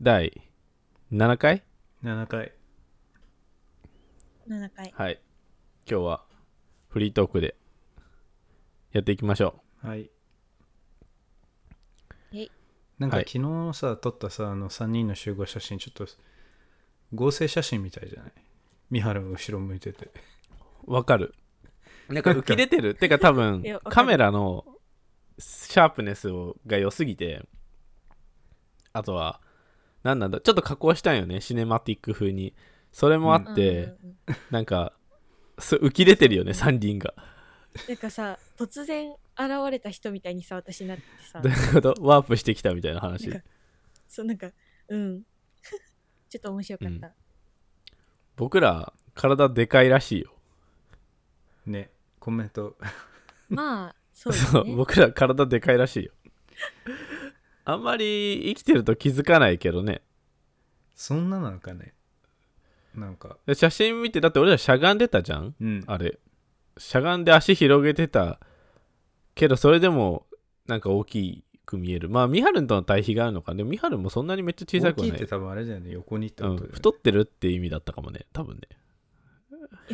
第7回7回7回はい今日はフリートークでやっていきましょはいえいなんかはい昨日さ、撮ったさあの3人の集合写真ちょっと合成写真みたいじゃない三原が後ろ向いててうわかるなんか浮き出てるてか多分いやわかるカメラのシャープネスをが良すぎてあとは何なんだちょっと加工したんよねシネマティック風にそれもあって、うんうんうんなんかそう浮き出てるよね三輪がなんかさ突然現れた人みたいにさ私になってさどういうこと ワープしてきたみたいな話なんかそうなんかうん ちょっと面白かった、僕ら体でかいらしいよねコメント まあそうですそう、ね僕ら体でかいらしいよ。あんまり生きてると気づかないけどね。そんななんかねなんかで写真見て、だって俺らしゃがんでたじゃんうんあれ。しゃがんで足広げてたけど、それでもなんか大きく見える。まあ、ミハルンとの対比があるのか。でも、ミハルンもそんなにめっちゃ小さ大くはきいなっい。て多分あれだよね横にってうこん、とだよね、太ってるって意味だったかもね、多分ね。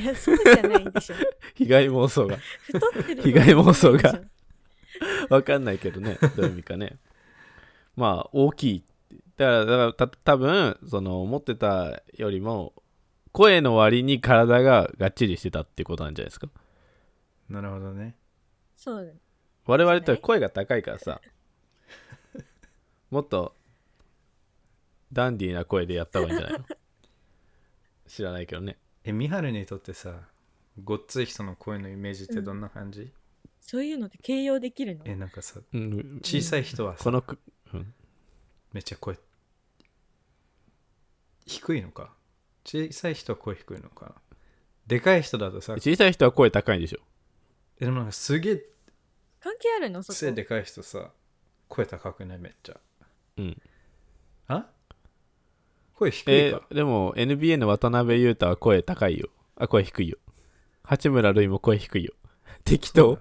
いやそうじゃないで しょ被害妄想が。太ってる被害妄想がそうでし わかんないけどね、どういう意味かね。まあ、大きい。だから、だからた多分その思ってたよりも、声の割に体ががっちりしてたってことなんじゃないですか。なるほどねょそうだね我々って声が高いからさ、もっとダンディーな声でやった方がいいんじゃないの知らないけどね。え三原にとってさごっつい人の声のイメージってどんな感じ、そういうのって形容できるのえなんかさうん、小さい人はさこのく、うん、めっちゃ声低いのか小さい人は声低いのかなでかい人だとさ小さい人は声高いんでしょ。えでもなんかすげえ関係あるのそ背こでかい人さ声高くないめっちゃうんあ声低いえか、ーでも NBA の渡辺裕太は声高いよ。あ、声低いよ。八村塁も声低いよ。 適当。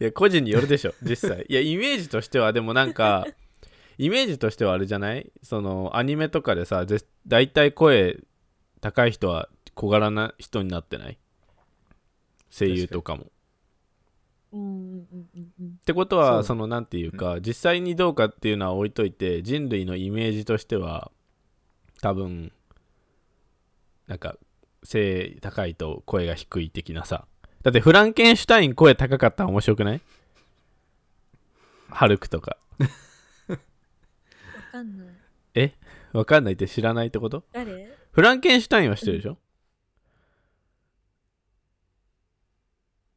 いや、個人によるでしょ、 実際。いや、イメージとしては、でもなんか、イメージとしてはあれじゃないその、アニメとかでさ、ぜ大体声高い人は小柄な人になってない声優とかも。うんうんうんうんうんってことそうはだそのなんていうか、実際にどうかっていうのは置いといて人類のイメージとしては多分なんか背高いと声が低い的なさだってフランケンシュタイン声高かったら面白くないハルクとかわかんないわかんないって知らないってこと誰フランケンシュタインは知ってるでしょ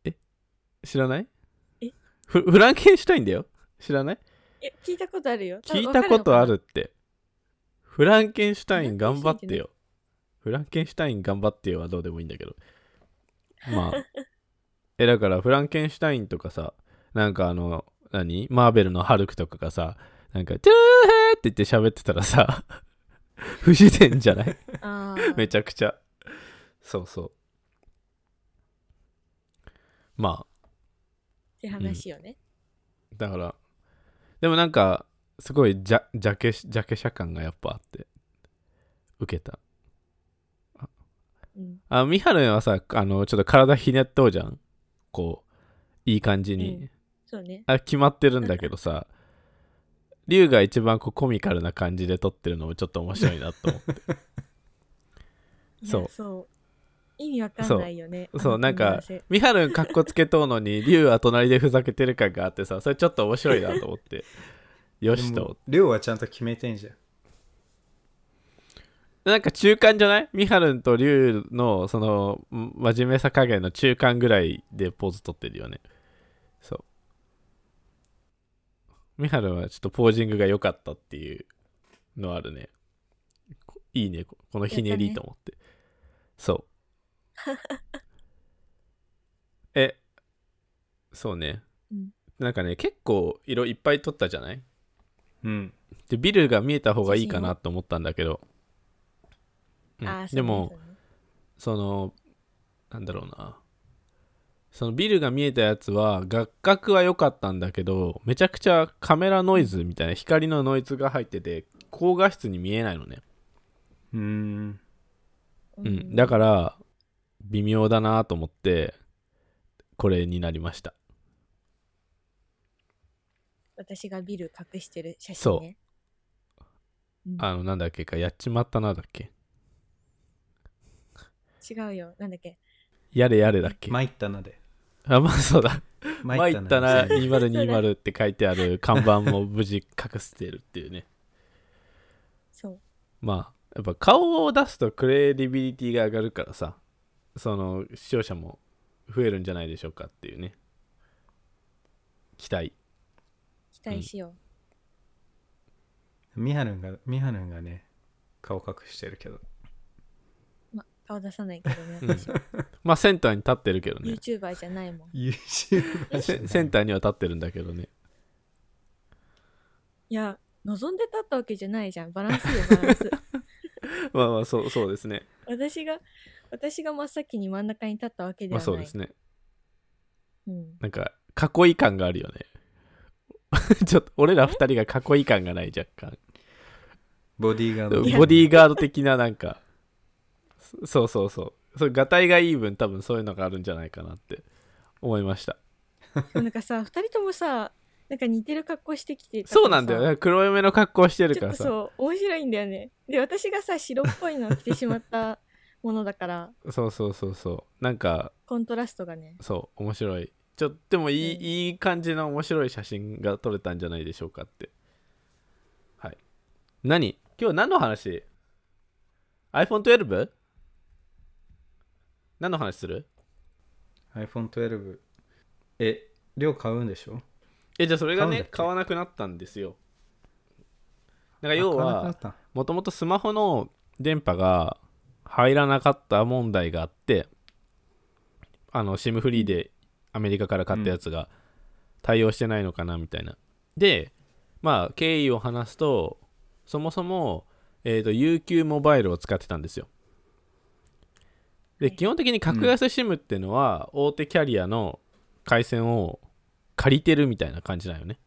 え知らないえフフランケンシュタインだよ知らないえ聞いたことあるよ多分聞いたことあるって。フランケンシュタインフランケ頑ンシュ張タインってよ。フランケンシュタイン頑張ってよはどうでもいいんだけど。まあ。 え、だからフランケンシュタインとかさ、なんかあの、何マーベルのハルクとかがさ、なんか、トゥーヘーって言って喋ってたらさ、 不自然じゃないわかるわあ めーちゃくちゃ。そうそう。まあ、って話よね、だからでもなんかすごいジャジャケジャケ写感がやっぱあって受けたうんあミハルはさあのちょっと体ひねっとうじゃんこういい感じに、うんそうねあ決まってるんだけどさ龍が一番こうコミカルな感じで撮ってるのもちょっと面白いなと 思っていやそう意味わかんないよねそうあのなん組み合わかせミハルかっこつけとうのに龍は隣でふざけてる感があってさそれちょっと面白いなと思ってよしでとも量はちゃんと決めてんじゃんなんか中間じゃないミハルンとリュウのそのん真面目さ加減の中間ぐらいでポーズ取ってるよね。そう。ミハルンはちょっとポージングが良かったっていうのあるね。こいいね、ここのひねりやっとたね思って。そう。 え、そうね。うんなんかね、結構色いっぱい取ったじゃないうんでビルが見えた方がいいかなと思ったんだけど、うんあーそうでねもそうねそのなんだろうなそのビルが見えたやつは画角は良かったんだけどめちゃくちゃカメラノイズみたいな光のノイズが入ってて高画質に見えないのね、うーんううん、だから微妙だなと思ってこれになりました私がビル隠してる写そ真うね。うんあのなんだっけかやっちまったなだっけ違うよ。なんだっけ。やれやれだっけ参ったなであまあそうだ参参っったたななで2020って書いてある看板も無事隠してるっていうねそう。まあやっぱ顔を出すとクレディビリティが上がるからさその視聴者も増えるんじゃないでしょうかっていうね期待期待しよみはるんがみはるんがね顔隠してるけどう。ま、顔出さないけどね。うん私はまあセンターに立ってるけどね YouTuber じゃないもん。 YouTube セセンターには立ってるんだけどねいや、望んで立ったわけじゃないじゃん。バランスよ、バラ ンス。まあまあそうそうですね私が、私が真っ先に真ん中に立ったわけでまはあない。そうですねうん。なんか囲い感があるよね ちょっと俺ら二人が囲い感がない若干ボディーガードいや ボディーガード的ななんかそそうそうそうそれがたいがいい分多分そういうのがあるんじゃないかなって思いましたでもなんかさ、二人ともさ、なんか似てる格好してきてたからさそうなんだよね黒嫁の格好してるちかょっらとさそう、面白いんだよね。で、私がさ、白っぽいのを着てしまったものだから、そうそうそうそうなんかコントラストがね。そう面白いちょっとでもいい,、うんいい感じの面白い写真が撮れたんじゃないでしょうかってはい何今日何の話 ?iPhone12? 何の話する iPhone12 え量買うんでしょえじゃあそれが買うんだねっけ買わなくなったんですよだから要あ買わなはくなったもともとスマホの電波が入らなかった問題があってあの SIM フリーでアメリカから買ったやつが対応してないのかなみたいな、でまあ経緯を話すとそもそも、えー、と UQ モバイルを使ってたんですよで基本的に格安 SIM っていうのは、大手キャリアの回線を借りてるみたいな感じだよね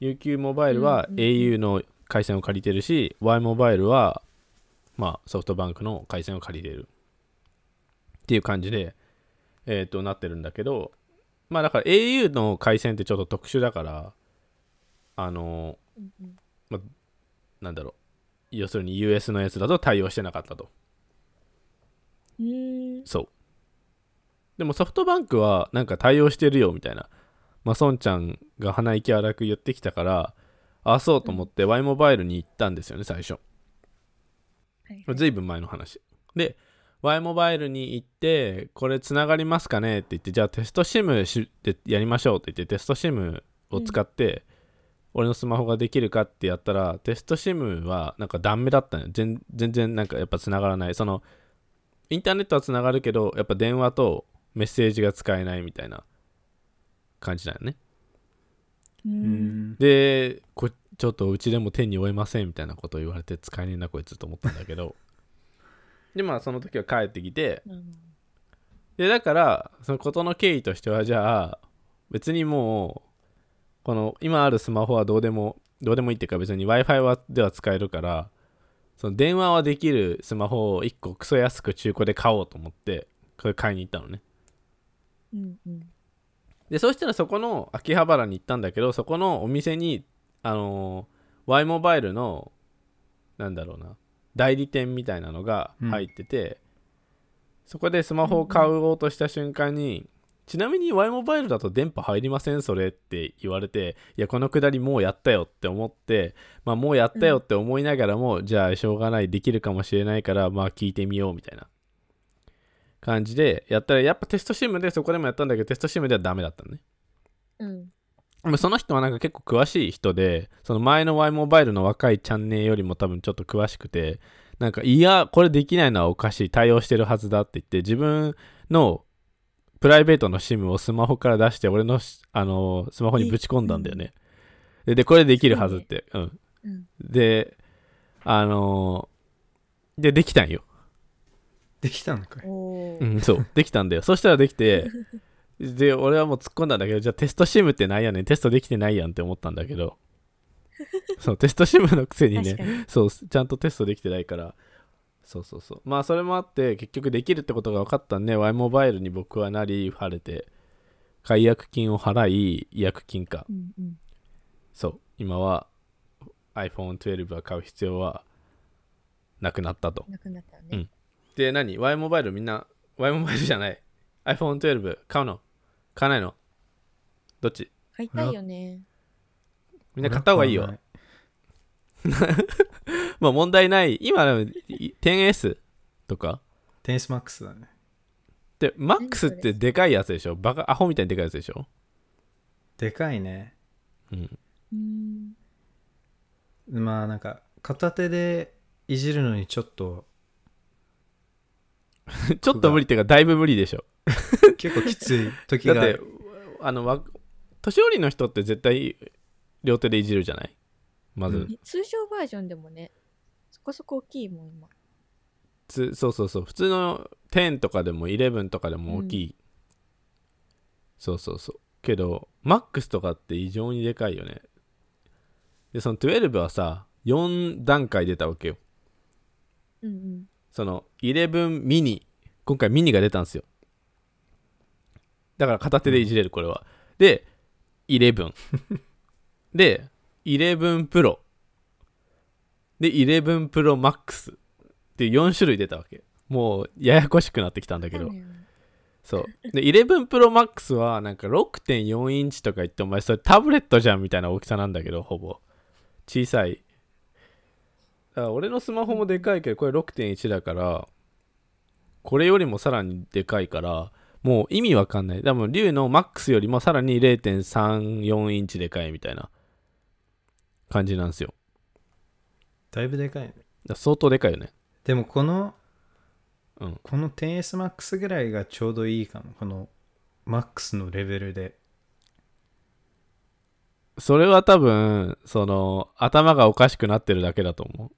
UQ モバイルはうんうんうん au の回線を借りてるし、Y モバイルは、まあ、ソフトバンクの回線を借りてるっていう感じで、えー、となってるんだけどまあだから au の回線ってちょっと特殊だからあのうんうんなんだろう要するに US のやつだと対応してなかったとうーん。そうでもソフトバンクはなんか対応してるよみたいなまあ孫ちゃんが鼻息荒く言ってきたからあそうと思って Y モバイルに行ったんですよね最初はいずいぶん前の話で Y モバイルに行ってこれつながりますかねって言ってじゃあテスト SIM しでやりましょうって言ってテスト SIM を使って、俺のスマホができるかってやったらテスト SIM はなんかダメだったのよ全全然なんかやっぱつながらないそのインターネットはつながるけどやっぱ電話とメッセージが使えないみたいな感じだよねううーん。んでこちょっとうちでも手に負えませんみたいなことを言われて使えねえなこいつと思ったんだけど でまあその時は帰ってきてうんでだからそのことの経緯としてはじゃあ別にもうこの今あるスマホはどうでもどうでもいいっていうか別に w i f i はでは使えるからその電話はできるスマホを1個クソ安く中古で買おうと思ってこれ買いに行ったのねうんうん。でそしたらそこの秋葉原に行ったんだけどそこのお店にあのー Y モバイルのなんだろうな代理店みたいなのが入ってて、そこでスマホを買おうとした瞬間に、ちなみに Y モバイルだと電波入りませんそれって言われていやこのくだりもうやったよって思ってまあもうやったよって思いながらも、じゃあしょうがないできるかもしれないからまあ聞いてみようみたいな感じでやったらやっぱテスト SIM でそこでもやったんだけどテスト SIM ではダメだったのねうん。でもその人はなんか結構詳しい人でその前の Y モバイルの若いチャンネルよりも多分ちょっと詳しくてなんかいやこれできないのはおかしい対応してるはずだって言って自分のプライベートの SIM をスマホから出して俺のしあのスマホにぶち込んだんだよねででこれできるはずって、うんうん。であのでできたんよできたのかいおおう。ん、そう、できたん だよ。そしたらできて、 で、俺はもう突っ込んだんだけど、じゃあテストシムってないやねん、テストできてないやんって思ったんだけど、そうテストシムのくせに確ねかに。そうちゃんとテストできてないからそうそうそうまあそれもあって結局できるってことが分かったんで Y モバイルに僕はなり晴れて解約金を払い違約金かうんうん。そう今は iPhone12 は買う必要はなくなったとなくなったようね。んで何 Y モバイルみんな Y モバイルじゃない iPhone12 買うの買わないのどっち買いたいよね。みんな買った方がいいよ俺はまあ問題ない今でも 10S とかテニスマックスだね。でマックスってでかいやつでしょバカアホみたいにでかいやつでしょでかいね。うんうん。まあなんか、片手でいじるのにちょっと、ちょっと無理っていうかだいぶ無理でしょ結構きつい時 だがっあてる。あのわ年寄りの人って絶対両手でいじるじゃないまず、うん通常バージョンでもね、そこそこ大きいもん、今。つそうそうそう普通の10とかでも11とかでも大きい、そうそうそうけど MAX とかって異常にでかいよねでその12はさ4段階出たわけようんうん。その11ミニ今回ミニが出たんですよだから片手でいじれるこれは、で11で11プロで11プロマックスっていう4種類出たわけもうややこしくなってきたんだけどそうよねそうで11プロマックスはなんか6.4インチとか言ってお前それタブレットじゃんみたいな大きさなんだけどほぼ小さいだから俺のスマホもでかいけどこれ6.1だからこれよりもさらにでかいからもう意味わかんない多分龍のマックスよりもさらに0.34インチでかいみたいな感じなんですよだかだいぶでかいね。ら相当でかいよねでもこの、うんこの 10SMAX ぐらいがちょうどいいかも。この MAX のレベルで。それは多分その頭がおかしくなってるだけだと思う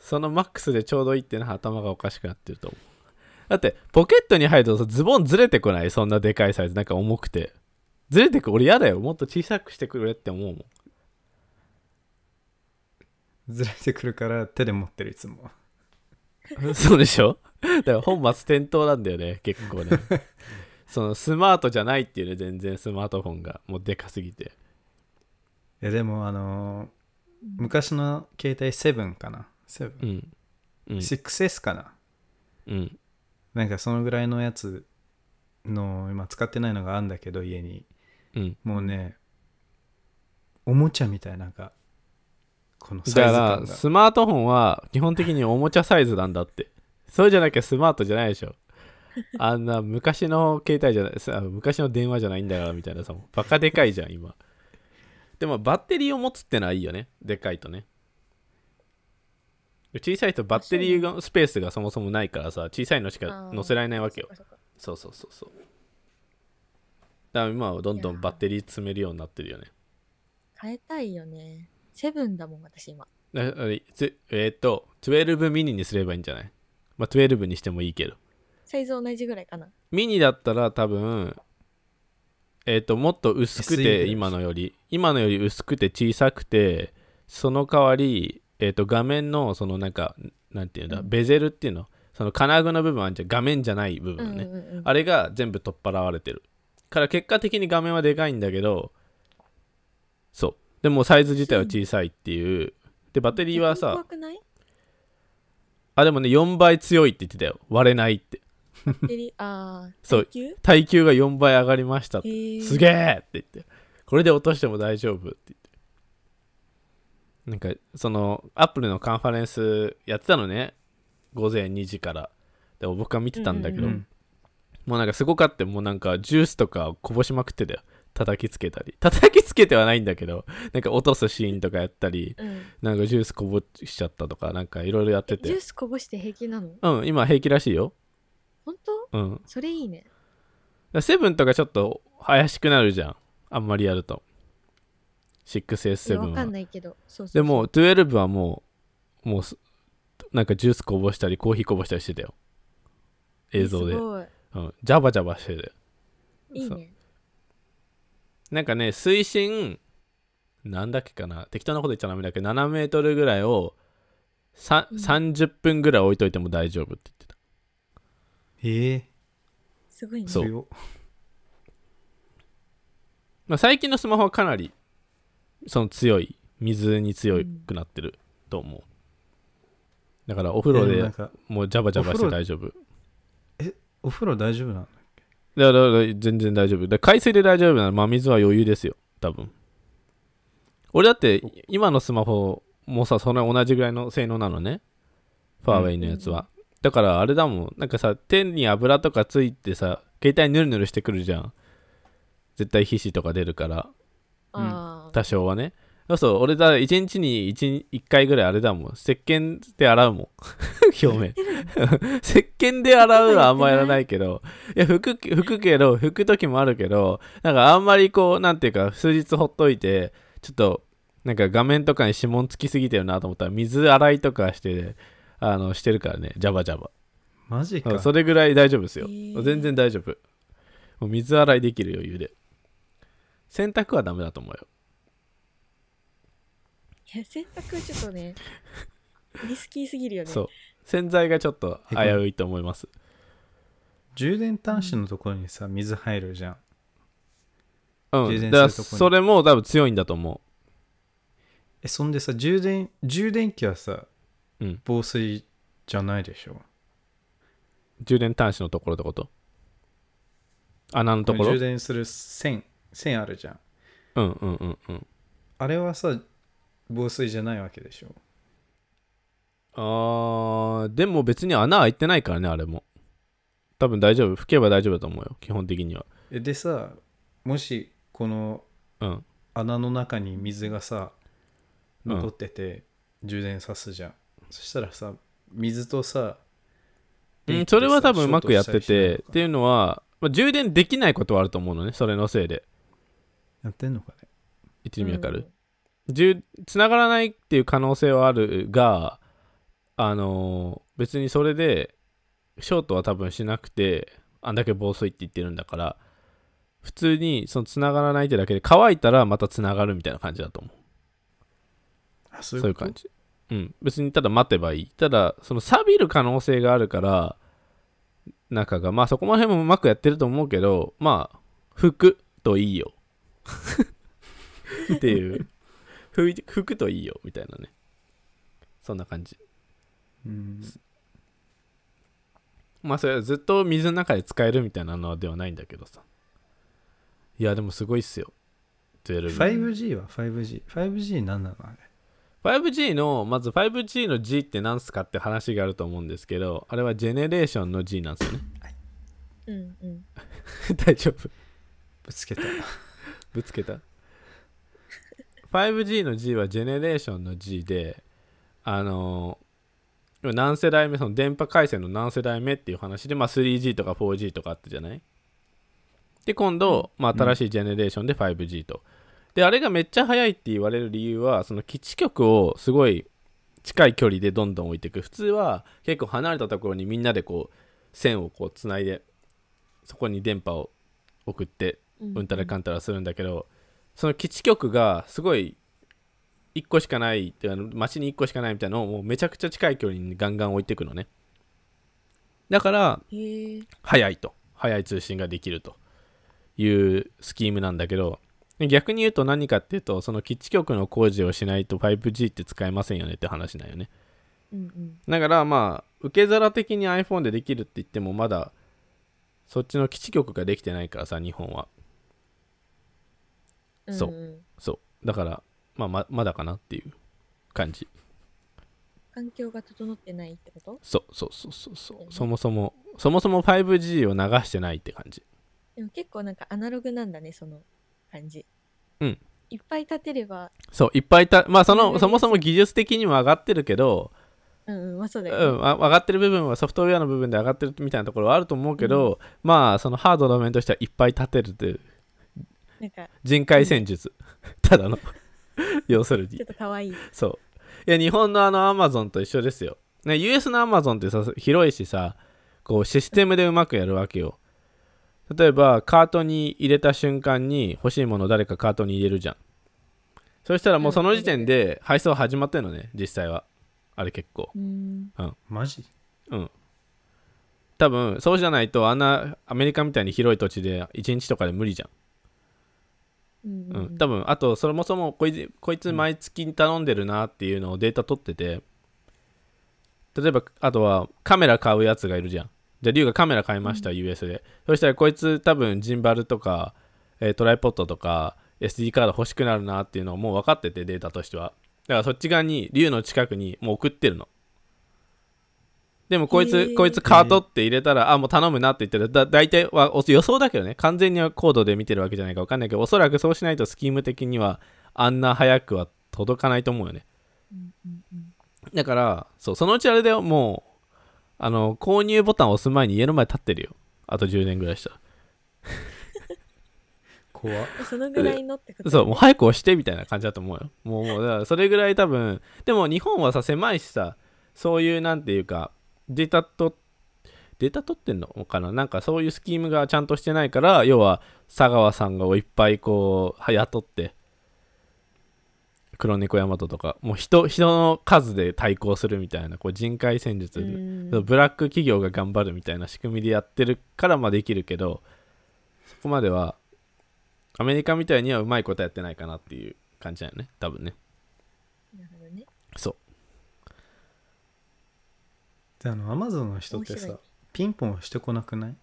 そのマックスでちょうどいいってのは頭がおかしくなってると思うだってポケットに入るとさズボンずれてこないそんなでかいサイズなんか重くてずれてく俺嫌だよもっと小さくしてくれって思うもんずれてくるから手で持ってるいつも。 そうでしょだから本末転倒なんだよね結構ねそのスマートじゃないっていうね全然スマートフォンがもうでかすぎていやでもあのー昔の携帯7かなう 7?6S んうん、かなうん、なんかそのぐらいのやつの今使ってないのがあるんだけど家にうんもうねおもちゃみたいなんかこのサイズだから感がスマートフォンは基本的におもちゃサイズなんだってそうじゃなきゃスマートじゃないでし ょあんな昔の携帯じゃないさ昔の電話じゃないんだからみたいなさもうバカでかいじゃん今でもバッテリーを持つってのはいいよねでかいとね小さいとバッテリーがスペースがそもそもないからさ小さいのしか載せられないわけよそっかそっかそうそうそうそうだから今はどんどんバッテリー詰めるようになってるよね変えたいよね。セブンだもん、私今。なあれつえーっと12ミニにすればいいんじゃないまあ12にしてもいいけどサイズ同じぐらいかな。ミニだったら多分えーっともっと薄く SE ぐらいてでしょ今のより今のより薄くて小さくてその代わりえーっと画面のそのなんかなんていうんだ、うんベゼルっていうのその金具の部分あんじゃん画面じゃない部うん分うんね、うんうん。あれが全部取っ払われてるから結果的に画面はでかいんだけどそうでもサイズ自体は小さいっていうでバッテリーはさ、逆に怖くないあ、でもね、4倍強いって言ってたよ。割れないって。バッテリー、ああ、そう耐久耐久が4倍上がりましたって。へえすげえって言って。これで落としても大丈夫って言って。なんか、その、アップルのカンファレンスやってたのね。午前2時から。でも僕は見てたんだけうど、んもうなんかすごかって、もうなんかジュースとかこぼしまくってたよ。叩きつけたり。 叩きつけてはないんだけど、なんか落とすシーンとかやったり、うん、なんかジュースこぼしちゃったとか、なんかいろいろやってえジュてー。スこぼして平気なのうん、今平気らしいよ。本当うん。それいいね。だからセブンとかちょっと怪しくなるじゃんあんまりやるといや 6S7 わかんはないけど。そうそうそうでも、12はもうもうすなんかジュースこぼしたりコーヒーこぼしたりしてたよ映像で、すうごい。ん、ジャバジャバしてたよいいね。なんかね推進なんだっけかな適当なこと言っちゃダメだけど7メートルぐらいをさ30分ぐらい置いといても大丈夫って言ってたええすごいね。そう強まあ、最近のスマホはかなりその強い水に強くなってると思う、だからお風呂えでもなでんかもうジャバジャバしてお風呂大丈夫お風呂大丈夫なのだからだから全然大丈夫だから海水で大丈夫なら真水は余裕ですよ多分俺だって今のスマホもさそれ同じぐらいの性能なのねファーウェイのやつは、だからあれだもんなんかさ手に油とかついてさ携帯ヌルヌルしてくるじゃん絶対皮脂とか出るからああ。多少はねそうそう俺だ1日に 1, 1回ぐらいあれだもん石鹸で洗うもん 表面石鹸で洗うはあんまやらないけどいや拭く拭くけど拭く時もあるけどなんかあんまりこうなんていうか数日ほっといてちょっとなんか画面とかに指紋つきすぎてるなと思ったら水洗いとかしてあのしてるからねジャバジャバマジうんかそれぐらい大丈夫ですよ、へー全然大丈夫もう水洗いできる余裕で洗濯はダメだと思うよいや洗濯ちょっとね、リスキーすぎるよね。そう洗剤がちょっと危ういと思います充電端子のところにさ水入るじゃんう充電すんるだからとこにそれも多分強いんだと思えそんでさ充電充電器はさ、うん防水じゃないでしょう充電端子のところってこと穴のところう充ん電する線線あるじゃんうんうんうんあれはさ防水じゃないわけでしょあーでも別に穴開いてないからねあれも多分大丈夫拭けば大丈夫だと思うよ基本的にはえでさもしこのうん穴の中に水がさうん残ってて充電さすじゃん、そしたらさ水とさう電ん気でさそれは多分うまくやってショてっートしたりしないのかていうのは、まあ充電できないことはあると思うのねそれのせいでやってんのかね一味わかる、充繋がらないっていう可能性はあるがあのー別にそれでショートは多分しなくてあんだけ防水って言ってるんだから普通にその繋がらないってだけで乾いたらまた繋がるみたいな感じだと思うあそそうういういう感じうん別にただ待てばいいただその錆びる可能性があるから中がまあそこら辺もうまくやってると思うけどまあ拭くといいよ っていう拭い拭くといいよみたいなねそんな感じうんまあそれはずっと水の中で使えるみたいなのではないんだけどさいやでもすごいっすよ12 5G は 5G5G 何なのあれ 5G のまず 5G の G って何すかって話があると思うんですけどあれはジェネレーションの G なんですよねうんうん。 大丈夫ぶつけたぶつけた 5G の G はジェネレーションの G であのー何世代目その電波回線の何世代目っていう話で、まあ、3G とか 4G とかあったじゃないで今度、まあ、新しいジェネレーションで 5G と、であれがめっちゃ速いって言われる理由はその基地局をすごい近い距離でどんどん置いていく普通は結構離れたところにみんなでこう線をこうつないでそこに電波を送ってうんうんたらかんたらするんだけどその基地局がすごい1個しかないってあの街に1個しかないみたいなのをもうめちゃくちゃ近い距離にガンガン置いていくのねだからへえ。早いと早い通信ができるというスキームなんだけど逆に言うと何かっていうとその基地局の工事をしないと 5G って使えませんよねって話なんよねうんうん。だからまあ受け皿的に iPhone でできるって言ってもまだそっちの基地局ができてないからさ日本はんんそう。そう。だから、まあ、ままだかなっていう感じ。環境が整ってないってことそうそうそうそうそう。そもそも、そもそも 5G を流してないって感じ。でも結構なんかアナログなんだね、その感じ。うん。いっぱい立てれば、そう、いっぱいた、まあ、そうんの、そもそも技術的にも上がってるけど、うんうん、まあそううだん、よね、あ上がってる部分はソフトウェアの部分で上がってるみたいなところはあると思うけど、まあ、そのハードの面としてはいっぱい立てるというなんか人海戦術。 ただの。要するにちょ。っと可愛い。そう。いや、日本のあの、アマゾンと一緒ですよ。ね、US のアマゾンってさ、広いしさ、こう、システムでうまくやるわけよ。例えば、カートに入れた瞬間に、欲しいものを誰かカートに入れるじゃん。そしたらもうその時点で配送始まってんのね実際はあれ結構うんマジうん多分そうじゃないとあんなアメリカみたいに広い土地で1日とかで無理じゃんうんうん、多分あとそれもそもこいつこいつ毎月頼んでるなっていうのをデータ取ってて例えばあとはカメラ買うやつがいるじゃんじゃあ龍がカメラ買いました、US でそしたらこいつ多分ジンバルとか、えートライポッドとか SD カード欲しくなるなっていうのをもう分かっててデータとしてはだからそっち側に龍の近くにもう送ってるのでもこいつ、へーこいつカートって入れたら、あもう頼むなって言ってるだ大体はお予想だけどね完全にはコードで見てるわけじゃないか分かんないけどおそらくそうしないとスキーム的にはあんな早くは届かないと思うよねだからそうそのうちあれだよもうあの購入ボタンを押す前に家の前立ってるよあと10年ぐらいしたら怖っそのぐらいのってことそうもう早く押してみたいな感じだと思うよもうもうだからそれぐらい多分でも日本はさ狭いしさそういうなんていうかデータとデータ取ってんのかななんかそういうスキームがちゃんとしてないから要は佐川さんがいっぱいこうは雇って黒猫大和とかもう人人の数で対抗するみたいなこう人海戦術うんブラック企業が頑張るみたいな仕組みでやってるからまあできるけどそこまではアメリカみたいにはうまいことやってないかなっていう感じだよね多分ねなるほどねそであのアマゾンの人って面白さいピンポン押してこなくないう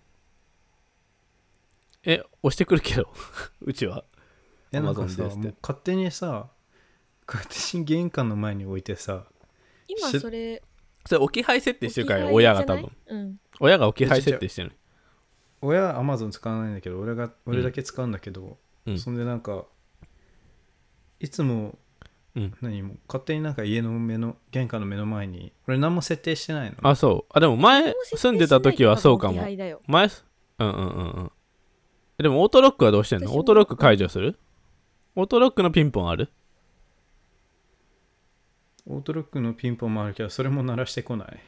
え押してくるけど うちはえなんか Amazon さでもすってう勝手にさ勝手に玄関の前に置いてさ今それそれ置き配設定してるからよ置き親配じがゃな多い分うん親が置き配設定してる親はアマゾン使わないんだけど俺が俺だけ使うんだけど、うんそんでなんかいつも、うん何もう勝手になんか家の目の玄関の目の前に俺何も設定してないのあそうあでも前住んでた時はそうかも置き配だよ前すうんうんうんうんでもオートロックはどうしてんの私もオートロック解除するオートロックのピンポンあるオートロックのピンポンもあるけどそれも鳴らしてこない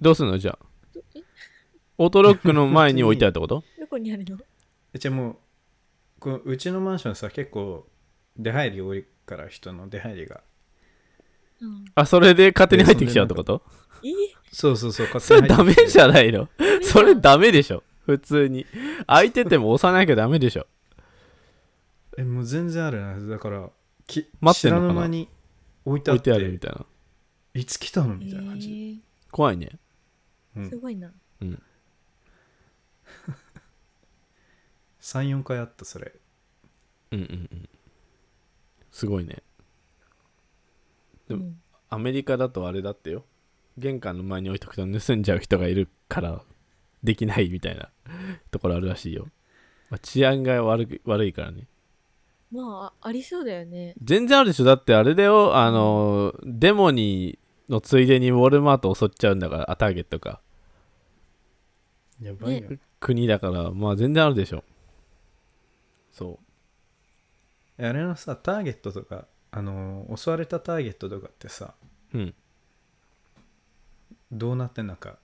どうすんのじゃあえオートロックの前に置いてあるってことどこにあるのえじゃあもうこううちのマンションさ結構出入り多いから人の出入りがうんあそれで勝手に入ってきちゃうってこといいそうそうそ うそ勝れダメじゃないのダメじゃん それダメでしょ普通に空いてても押さなきゃダメでしょえもう全然あるなだからき待ってんのかな知らぬ間に置いてあ置いっててあるみたいないつ来たのえみたいな感じ、ー怖いねうんすごいな34回あったそれうんうんうんすごいねでもうんアメリカだとあれだってよ玄関の前に置いとくと盗んじゃう人がいるからできないみたいなところあるらしいよ、まあ治安が悪く悪いからねまあありそうだよね全然あるでしょだってあれだよあのデモにのついでにウォルマート襲っちゃうんだからあターゲットかやばいよ、国だからまあ全然あるでしょそえあれのさターゲットとかあのー襲われたターゲットとかってさううんどうなってんのか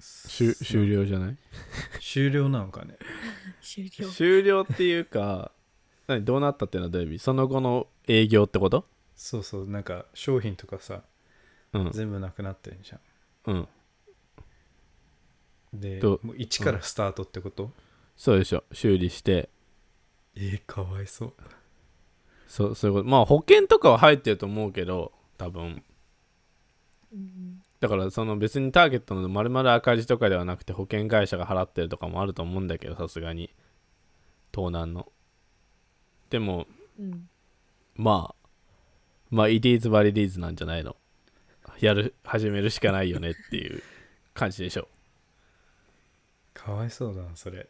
しゅ終了じゃない終了なのかね終了終了っていうか 何どうなったっていうのはどういう意味その後の営業ってことそうそうなんか商品とかさうん全部なくなってんじゃんうんでどもう1からスタートってこと、そうでしょ修理してえー、かわいそうそうそういうことまあ保険とかは入ってると思うけど多分うんだからその別にターゲットの丸々赤字とかではなくて保険会社が払ってるとかもあると思うんだけどさすがに盗難のでもうんまあまあ it is what it is なんじゃないのやる始めるしかないよねっていう感じでしょかわいそうだなそれ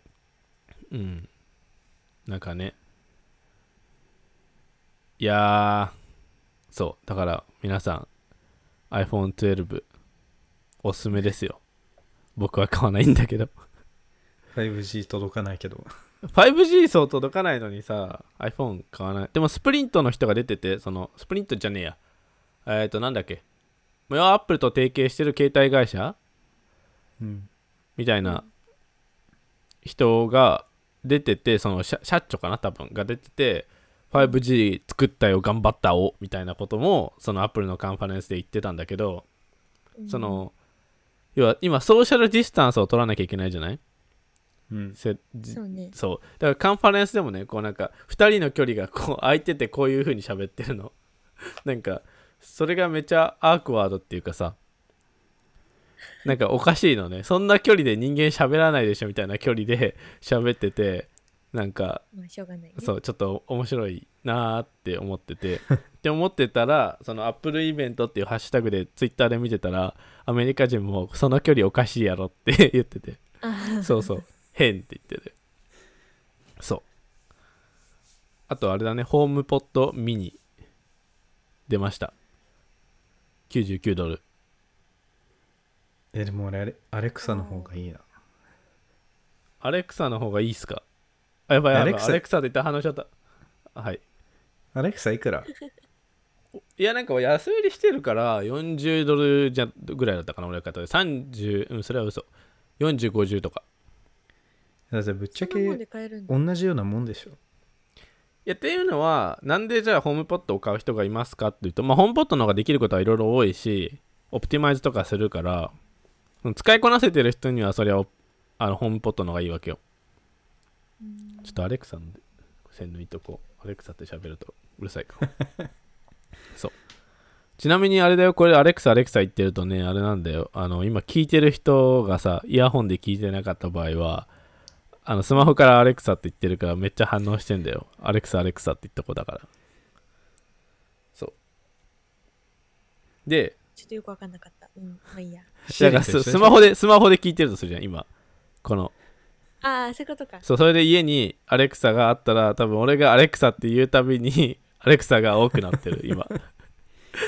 うん。なんかね。いやー、そう。だから、皆さん、iPhone12、おすすめですよ。僕は買わないんだけど。 5G 届かないけど 5G そう届かないのにさ、iPhone 買わない。でも、スプリントの人が出てて、その、スプリントじゃねえや。えっ、ー、と、なんだっけ。アップルと提携してる携帯会社うんみたいな人が出ててその社社長かな多分が出てて 5G 作ったよ頑張ったをみたいなこともそのアップルのカンファレンスで言ってたんだけどその要は今ソーシャルディスタンスを取らなきゃいけないじゃないうんせうんじそうねそうだからカンファレンスでもねこうなんか2人の距離がこう空いててこういう風に喋ってるの なんかそれがめちゃアークワードっていうかさなんかおかしいのねそんな距離で人間喋らないでしょみたいな距離で喋っててなんかまあしょうがないねそうちょっと面白いなーって思って てって思ってたらそのアップルイベントっていうハッシュタグでツイッターで見てたらアメリカ人もその距離おかしいやろって 言っててあそうそう変って言っててそうあとあれだねホームポットミニ出ました99ドルえでも俺あれアレクサの方がいいなアレクサの方がいいっすかあやばいやばいアレクサアレクサで言ったら話しちゃったあはいアレクサいくらいやなんか安売りしてるから40ドルじゃぐらいだったかな俺が買ったで30うんそれは嘘4050とかだってぶっちゃそんなもんでけ買えるんだ同じようなもんでしょいやっていうのはなんでじゃあホームポットを買う人がいますかっていうと、まあ、ホームポットの方ができることはいろいろ多いしオプティマイズとかするからうん使いこなせてる人にはそれはあのホームポットの方がいいわけよちょっとアレクサの線抜いとこうアレクサって喋るとうるさいか もそうちなみにあれだよこれアレクサアレクサ言ってるとねあれなんだよあの今聞いてる人がさイヤホンで聞いてなかった場合はあのスマホからアレクサって言ってるからめっちゃ反応してんだよ。アレクサ、アレクサって言った子だから。そう。で、ちょっとよくわかんなかったうんまあいいやだからスシリと一緒でしょスマホで、スマホで聞いてるとするじゃん、今。この。ああそういうことかそう、それで家にアレクサがあったら、多分俺がアレクサって言うたびに、 アレクサが多くなって る、今。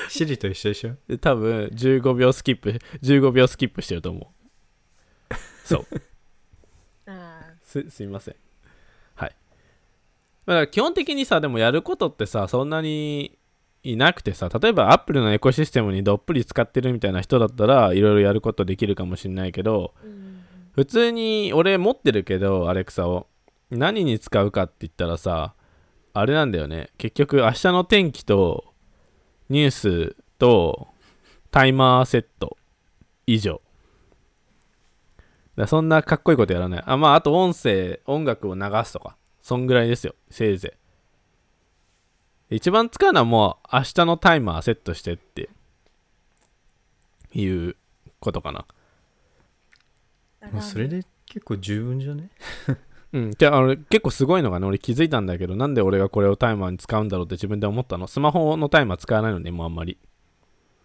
シリと一緒でしょで、多分15秒スキップ、15秒スキップしてると思う。そう。ああす すいませんはいまあだから基本的にさでもやることってさそんなにいなくてさ例えばアップルのエコシステムにどっぷり使ってるみたいな人だったらいろいろやることできるかもしれないけどうん普通に俺持ってるけどアレクサを何に使うかって言ったらさあれなんだよね結局明日の天気とニュースとタイマーセット以上だからそんなかっこいいことやらないあまああと音声音楽を流すとかそんぐらいですよせいぜい一番使うのはもう明日のタイマーセットしてっていうことかなあもうそれで結構十分じゃねうん、じゃああの結構すごいのがね俺気づいたんだけどなんで俺がこれをタイマーに使うんだろうって自分で思ったのスマホのタイマー使わないのねもうあんまり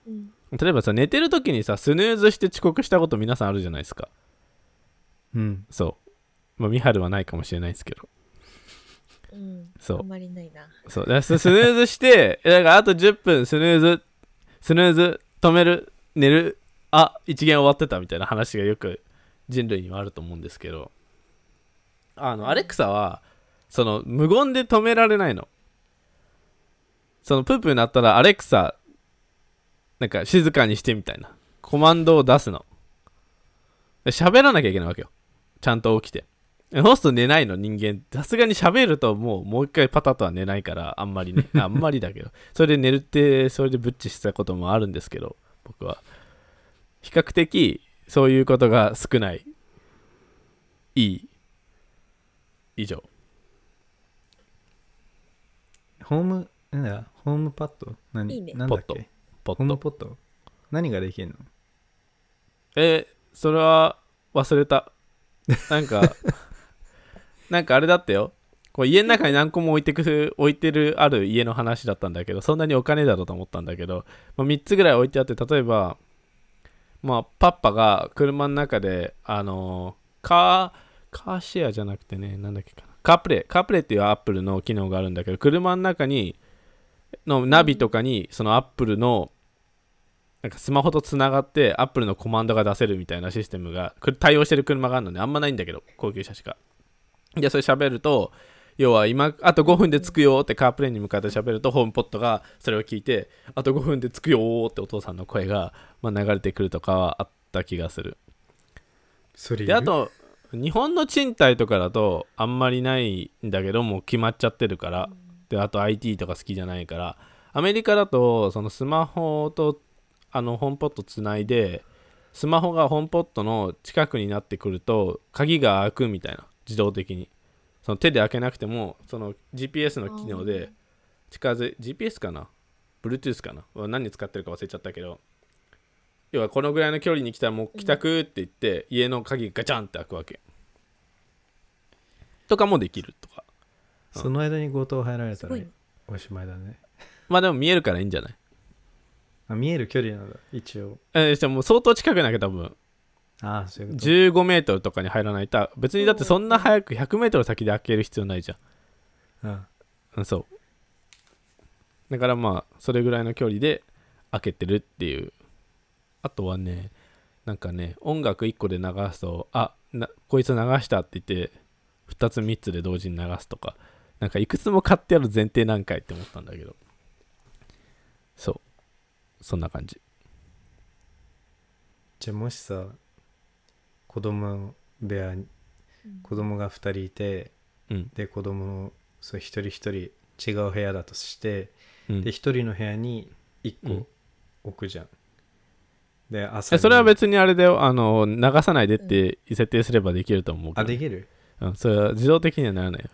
うん例えばさ寝てる時にさスヌーズして遅刻したこと皆さんあるじゃないですかうんそうまあ美晴はないかもしれないですけどうんそうあんまりないなそうだからススヌーズして だからあと10分スヌーズスヌーズ止める寝るあ一元終わってたみたいな話がよく人類にはあると思うんですけどあのアレクサはその無言で止められないのそのプープーなったらアレクサなんか静かにしてみたいなコマンドを出すので喋らなきゃいけないわけよちゃんと起きてそうすると寝ないの人間さすがに喋るともうもう一回パタッとは寝ないからあんまりねあんまりだけどそれで寝るってそれでブッチしたこともあるんですけど僕は比較的そういうことが少ないいい以上ホームなんだホームパッド何いいねなんだっポッけポホーッムトポッド何ができるのえーそれは忘れたなんかなんかあれだったよこう家の中に何個も置いてく置いてるある家の話だったんだけどそんなにお金だろうと思ったんだけど、まあ、3つぐらい置いてあって例えば、まあ、パッパが車の中であのーカーカーシェアじゃなくてねなんだっけかなカープレイカープレイっていうアップルの機能があるんだけど車の中にのナビとかにそのアップルのなんかスマホとつながってアップルのコマンドが出せるみたいなシステムがく対応してる車があるのであんまないんだけど高級車しかでそれ喋ると要は今あと5分で着くよってカープレイに向かって喋るとホームポットがそれを聞いてあと5分で着くよーってお父さんの声が、まあ、流れてくるとかはあった気がするそれいでるあと日本の賃貸とかだとあんまりないんだけどもう決まっちゃってるから、うんであと IT とか好きじゃないからアメリカだとそのスマホとあのホームポットつないでスマホがホームポットの近くになってくると鍵が開くみたいな自動的にその手で開けなくてもその GPS の機能で近づい GPS かな Bluetooth かなは何に使ってるか忘れちゃったけど要はこのぐらいの距離に来たらもう帰宅って言って、家の鍵ガチャンって開くわけとかもできるとかその間に強盗入られたすごらいねおしまいだねまあでも見えるからいいんじゃないあ見える距離なんだ一応えー、じゃあもう相当近くなきゃ多分ああそういうこと15メートルとかに入らないと別にだってそんな早く100メートル先で開ける必要ないじゃんうんうんそうだからまあそれぐらいの距離で開けてるっていうあとはねなんかね音楽1個で流すとあなこいつ流したって言って2つ3つで同時に流すとかなんかいくつも買ってある前提何回って思ったんだけどそうそんな感じじゃあもしさ子供部屋にうん子供が2人いてうんで子供のそう一人一人違う部屋だとしてうんで一人の部屋にう1ん個置くじゃん、で朝えにそれは別にあれだよあの流さないでって設定すればできると思うけあど、できるうん、それは自動的にはならないよ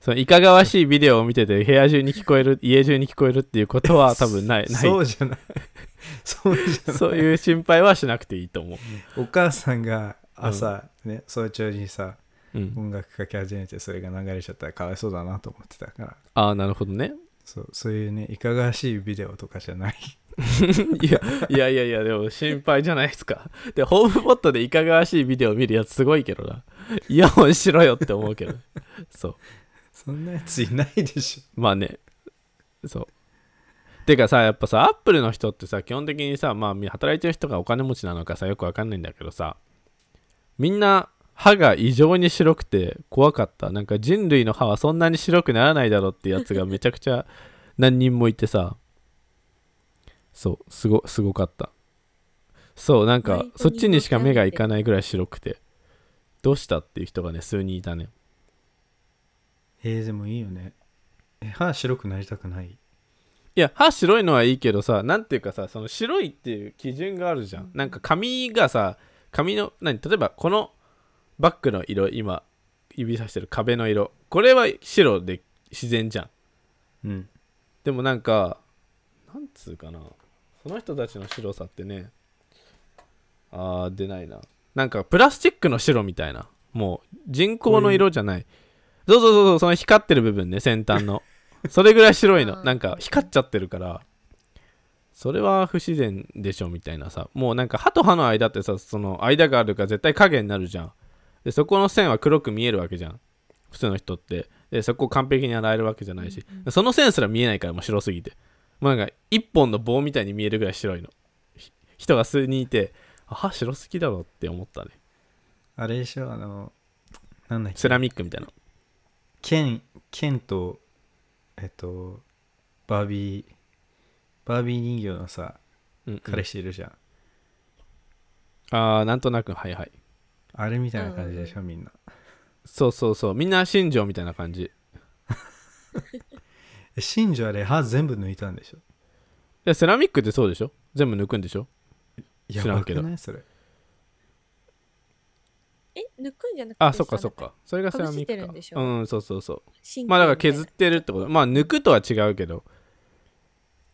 そのいかがわしいビデオを見てて部屋中に聞こえる家中に聞こえるっていうこと は多分ないないそうじゃない そうじゃないそういう心配はしなくていいと思お母さんが朝、ね早朝にさう、うん、音楽かけ始めてそれが流れちゃったらかわいそうだなと思ってたからああなるほどねそうそういうねいかがわしいビデオとかじゃない いやいやいやいやでも心配じゃないですかでホームポットでいかがわしいビデオ見るやつすごいけどなイヤホンしろよって思うけどそうそんなやついないでしまあねそうてかさやっぱさアップルの人ってさ基本的にさまあみ働いてる人がお金持ちなのかさよくわかんないんだけどさみんな歯が異常に白くて怖かったなんか人類の歯はそんなに白くならないだろうってやつがめちゃくちゃ何人もいてさそうすごすごかったそうなん割かとそっちにしか目がいかないぐらい白くてどうしたっていう人がね数人いたねょえー、でもいいよねえ歯白くなりたくないいや歯白いのはいいけどさなんていうかさその白いっていう基準があるじゃん、なんか髪がさ髪の何例えばこのバッグの色今指さしてる壁の色これは白で自然じゃんうんでもなんかなんつうかなその人たちの白さってねあー出ないななんかプラスチックの白みたいなもう人工の色じゃないそうそうそうそうその光ってる部分ね先端のそれぐらい白いあのーなんか光っちゃってるからそれは不自然でしょみたいなさもうなんか歯と歯の間ってさその間があるから絶対影になるじゃんでそこの線は黒く見えるわけじゃん普通の人ってでそこを完璧に洗えるわけじゃないし、その線すら見えないからもう白すぎてもうなんか一本の棒みたいに見えるぐらい白いのひ人が数人いてあ歯白すぎだろって思ったねあれでしょあのなんだっけセラミックみたいなケンケンとえっとバービーバービー人形のさうんうん、彼氏いるじゃん、ああなんとなくはいはいあれみたいな感じでしょみんなそうそうそうみんな新庄みたいな感じいえ新庄あれ歯全部抜いたんでしょやセラミックってそうでしょ全部抜くんでしょや知らばんけどくないそれえ抜くんじゃなくてあそっかそっかそれがセラミックか被せてるんでしょうんそうそうそう神経まあだから削っみてるってことまあ抜くとは違うけど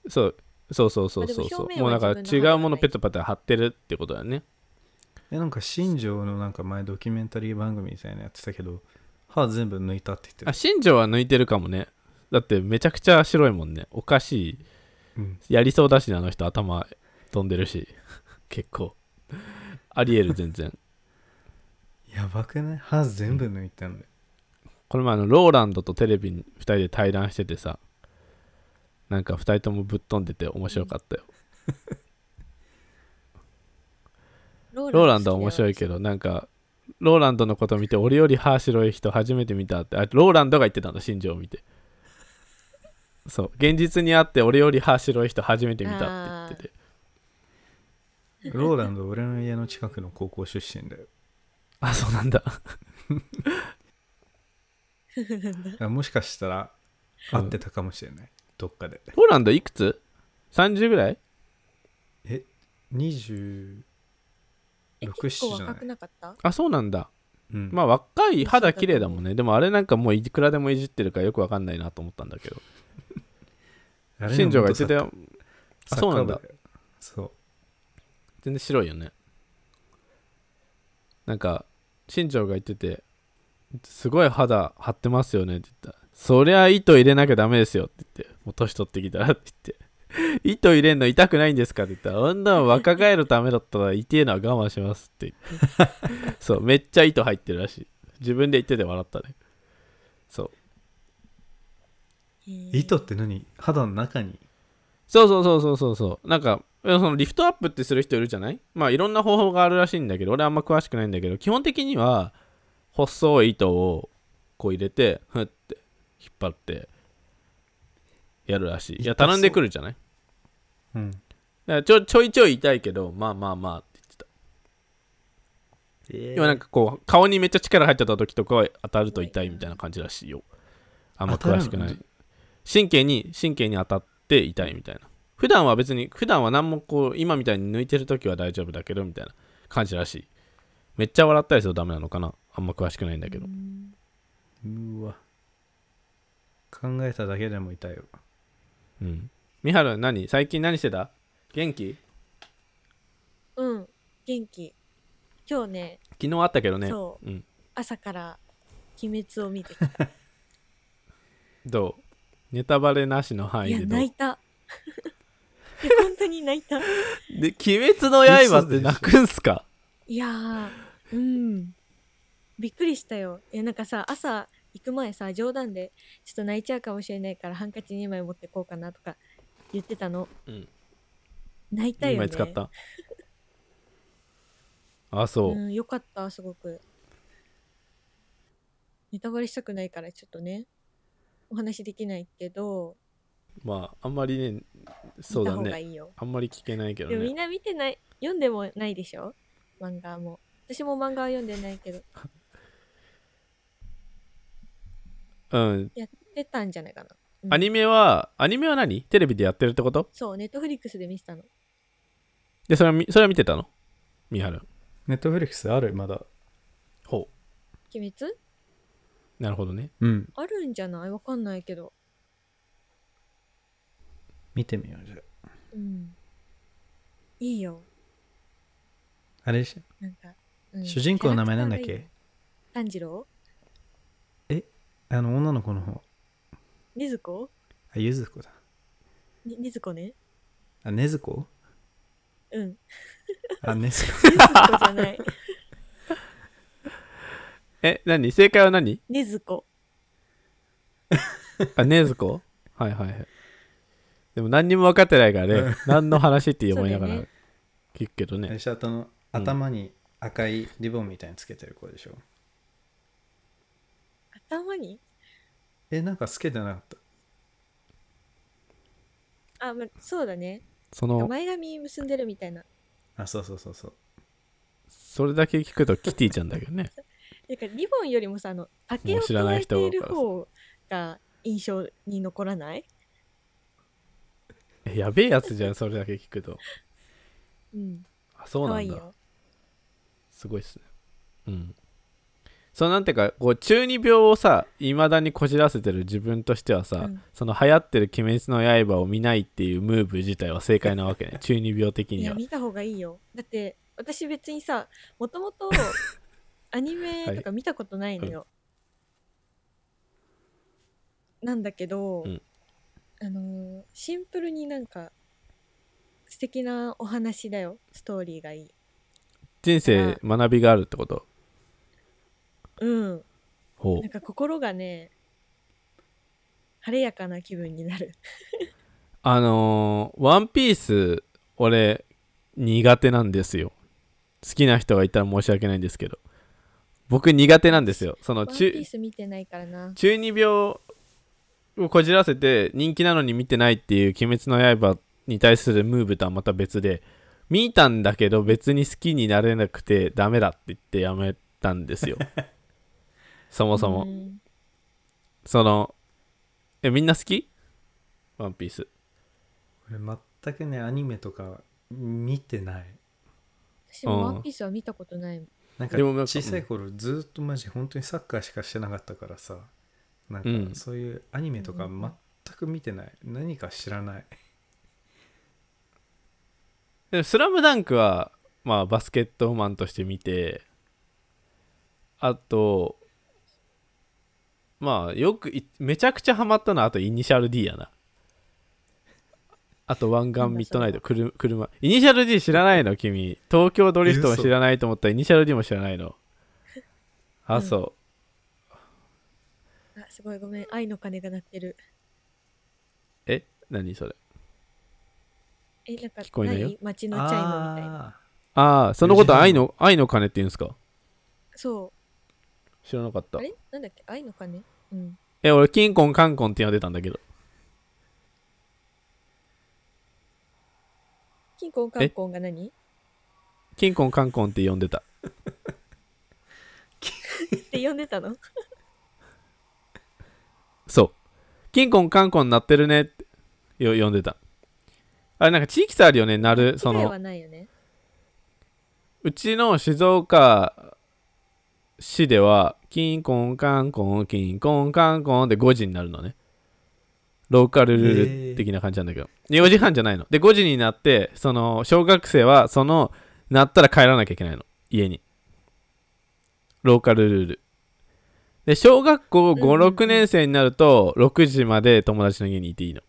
そうそうそうそうそうまあでも表面もうはだから自違分の肌がないうものペタペタ貼ってるってことだよねえなんか新庄のなんか前ドキュメンタリー番組みたいなのやってたけど歯全部抜いたって言ってあた、新庄は抜いてるかもねだってめちゃくちゃ白いもんねおかしいうん、やりそうだしねあの人頭飛んでるし結構ありえる全然やばくない歯全部抜いたんだよこの前あのローランドとテレビに2人で対談しててさなんか2人ともぶっ飛んでて面白かったよ、たいなローランドは面白いけどなんかローランドのこと見て俺より歯白い人初めて見たってあローランドが言ってたんだ新庄を見てそう現実に会って俺より歯白い人初めて見たって言っててローランド俺の家の近くの高校出身だよあそうなんだだからもしかしたら合ってたかもしれないどっかでポーランドいくつ ?30 ぐらいえ26え、結七構じゃ若ないくなかったあそうなんだうんまあ若い肌綺麗だもんねでもあれなんかもういくらでもいじってるからよくわかんないなと思ったんだけどあれ新庄が言ってたでもよサッあカーそうなんだサッカー部よそう全然白いよねなんか新庄が言ってて「すごい肌張ってますよね」って言ったら「そりゃ糸入れなきゃダメですよ」って言って「もう年取ってきたら」って 言って「糸入れんの痛くないんですか?」って言ったら「あんなの若返るためだったら痛えのは我慢します」って言ってそうめっちゃ糸入ってるらしい自分で言ってて笑ったねそうへー糸って何肌の中にそうそうそうそうそうそうなんかいやそのリフトアップってする人いるじゃないまあいろんな方法があるらしいんだけど俺あんま詳しくないんだけど基本的には細い糸をこう入れてふって引っ張ってやるらしいいや痛そう頼んでくるじゃないうんだからちょちょいちょい痛いけどまあまあまあって言ってたえ今なんかかこう顔にめっちゃ力入っちゃった時とかは当たると痛いみたいな感じらしいよあんま詳しくない神経に神経に当たって痛いみたいな普段は別に普段は何もこう今みたいに抜いてる時は大丈夫だけどみたいな感じらしいめっちゃ笑ったりするとダメなのかなあんま詳しくないんだけどうんうわ考えただけでも痛いようんみはる何最近何してた元気うん元気今日ね昨日あったけどね、そうん、朝から鬼滅を見て きたどうネタバレなしの範い囲やでどう泣いた いや本当に泣いたで鬼滅の刃って泣くんすかいやーうんびっくりしたよいやなんかさ朝行く前さ冗談でちょっと泣いちゃうかもしれないからハンカチ2枚持ってこうかなとか言ってたのうん泣いたよね今使ったあそう、うん、よかったすごくネタバレしたくないからちょっとねお話できないけどまああんまりねそうだ見た方がねいいよあんまり聞けないけどでもみねんな見てない読んでもないでしょ漫画も私も漫画は読んでないけどうんやってたんじゃないかなアニメはアニメは何テレビでやってるってことそうネットフリックスで見てたのでそれはみそれは見てたのみはるネットフリックスあるまだほ鬼滅うなるほどねうんあるんじゃないわかんないけど見てみようじゃうんいいよああれでしょなんか、うん主人公の名前なんだっけキャラクターがいい炭治郎あの女の子の方禰豆子あゆず子だに禰豆子ねあねずこうん あねずこ禰豆子じゃないえ何正解は何禰豆子あねず こはいはいはいでも何にも分かってないからね何の話って思いながらそうだ聞くけどあれねでしょあとの頭に赤いリボンみたいにつけてる子でしょ頭にえなんかつけてなかったあ、ま、そうだねその前髪結んでるみたいなあそうそうそうそうそれだけ聞くとキティちゃんだけど ねだからリボンよりもさあの竹をもう知ら加ないえ人ているが多いからさ方が印象に残らないえやべえやつじゃんそれだけ聞くとうんあそう可な愛んいだよすごいっすねうんそうなんていうかこう中二病をさいまだにこじらせてる自分としてはさ、うんその流行ってる「鬼滅の刃」を見ないっていうムーブ自体は正解なわけ ね中二病的いにやは見た方がいいよだって私別にさ もともとアニメとか見たことないのよ、なんだけど、うんあのーシンプルになんか素敵なお話だよストーリーがいい人生学びがあるってことうんほなんうか心がね晴れやかな気分になるあのーワンピース」俺苦手なんですよ好きな人がいたら申し訳ないんですけど僕苦手なんですよそのワンピ中ース見てないからな中二病をこじらせて人気なのに見てないっていう「鬼滅の刃」に対するムーブとはまた別で見たんだけど別に好きになれなくてダメだって言ってやめたんですよそもそもうんそのえみんな好きワンピース俺全くねアニメとか見てない私もワうんンピースは見たことないもん。なんかでもなんか小さい頃ずっとマジ本当にサッカーしかしてなかったからさなんうんかそういうアニメとかうん全く見てない何か知らないでもスラムダンクは、まあ、バスケットマンとして見て、あと、まあ、よくい、めちゃくちゃハマったのは、あと、イニシャル D やな。あと、湾岸ミッドナイト、車車。イニシャル D 知らないの君。東京ドリフトも知らないと思ったら、イニシャル D も知らないの。あ、そあ、すごいごめん。愛の鐘が鳴ってる。う。え何それ。え、なんか、聞こえないよ街のチャイムみたいな。あああ、そのこと、愛の、愛の鐘って言うんですかそ知らなかっう。たあ。れなんだっけ愛の鐘うん。え、俺、キンコンカンコンっていうのが出たんだけど。キンコンカンコンが何キンコンカンコンって呼んでた。って呼んでたのそう。キンコンカンコン鳴ってるねってよ呼んでた。あれなんか地域差あるよね、鳴る。そ機会はの、ないよね。うちの静岡市では、キンコンカンコン、キンコンカンコンで5時になるのね。ローカルルール的な感じなんだけど。4時半じゃないの。で、5時になって、その、小学生は、その、鳴ったら帰らなきゃいけないの。家に。ローカルルール。で、小学校うんうんう5、ん6年生になると、6時まで友達の家にいていいの。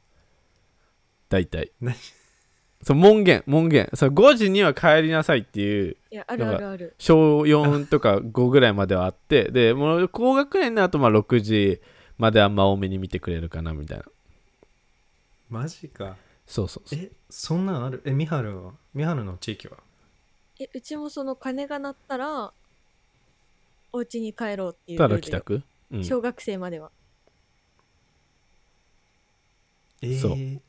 大体何。そう、門限、門限。そう、5時には帰りなさいっていう、いや、あるあるある。小4とか5ぐらいまではあって、で、もう高学年になると、まあ6時まではまあ多めに見てくれるかな、みたいな。ーマジかそうそうそう。えそんなんあるえ美晴は美晴の地域はえ、うちもその鐘が鳴ったら、お家に帰ろうっていうルたールだよ。帰宅うん。小学生までは。えー、そう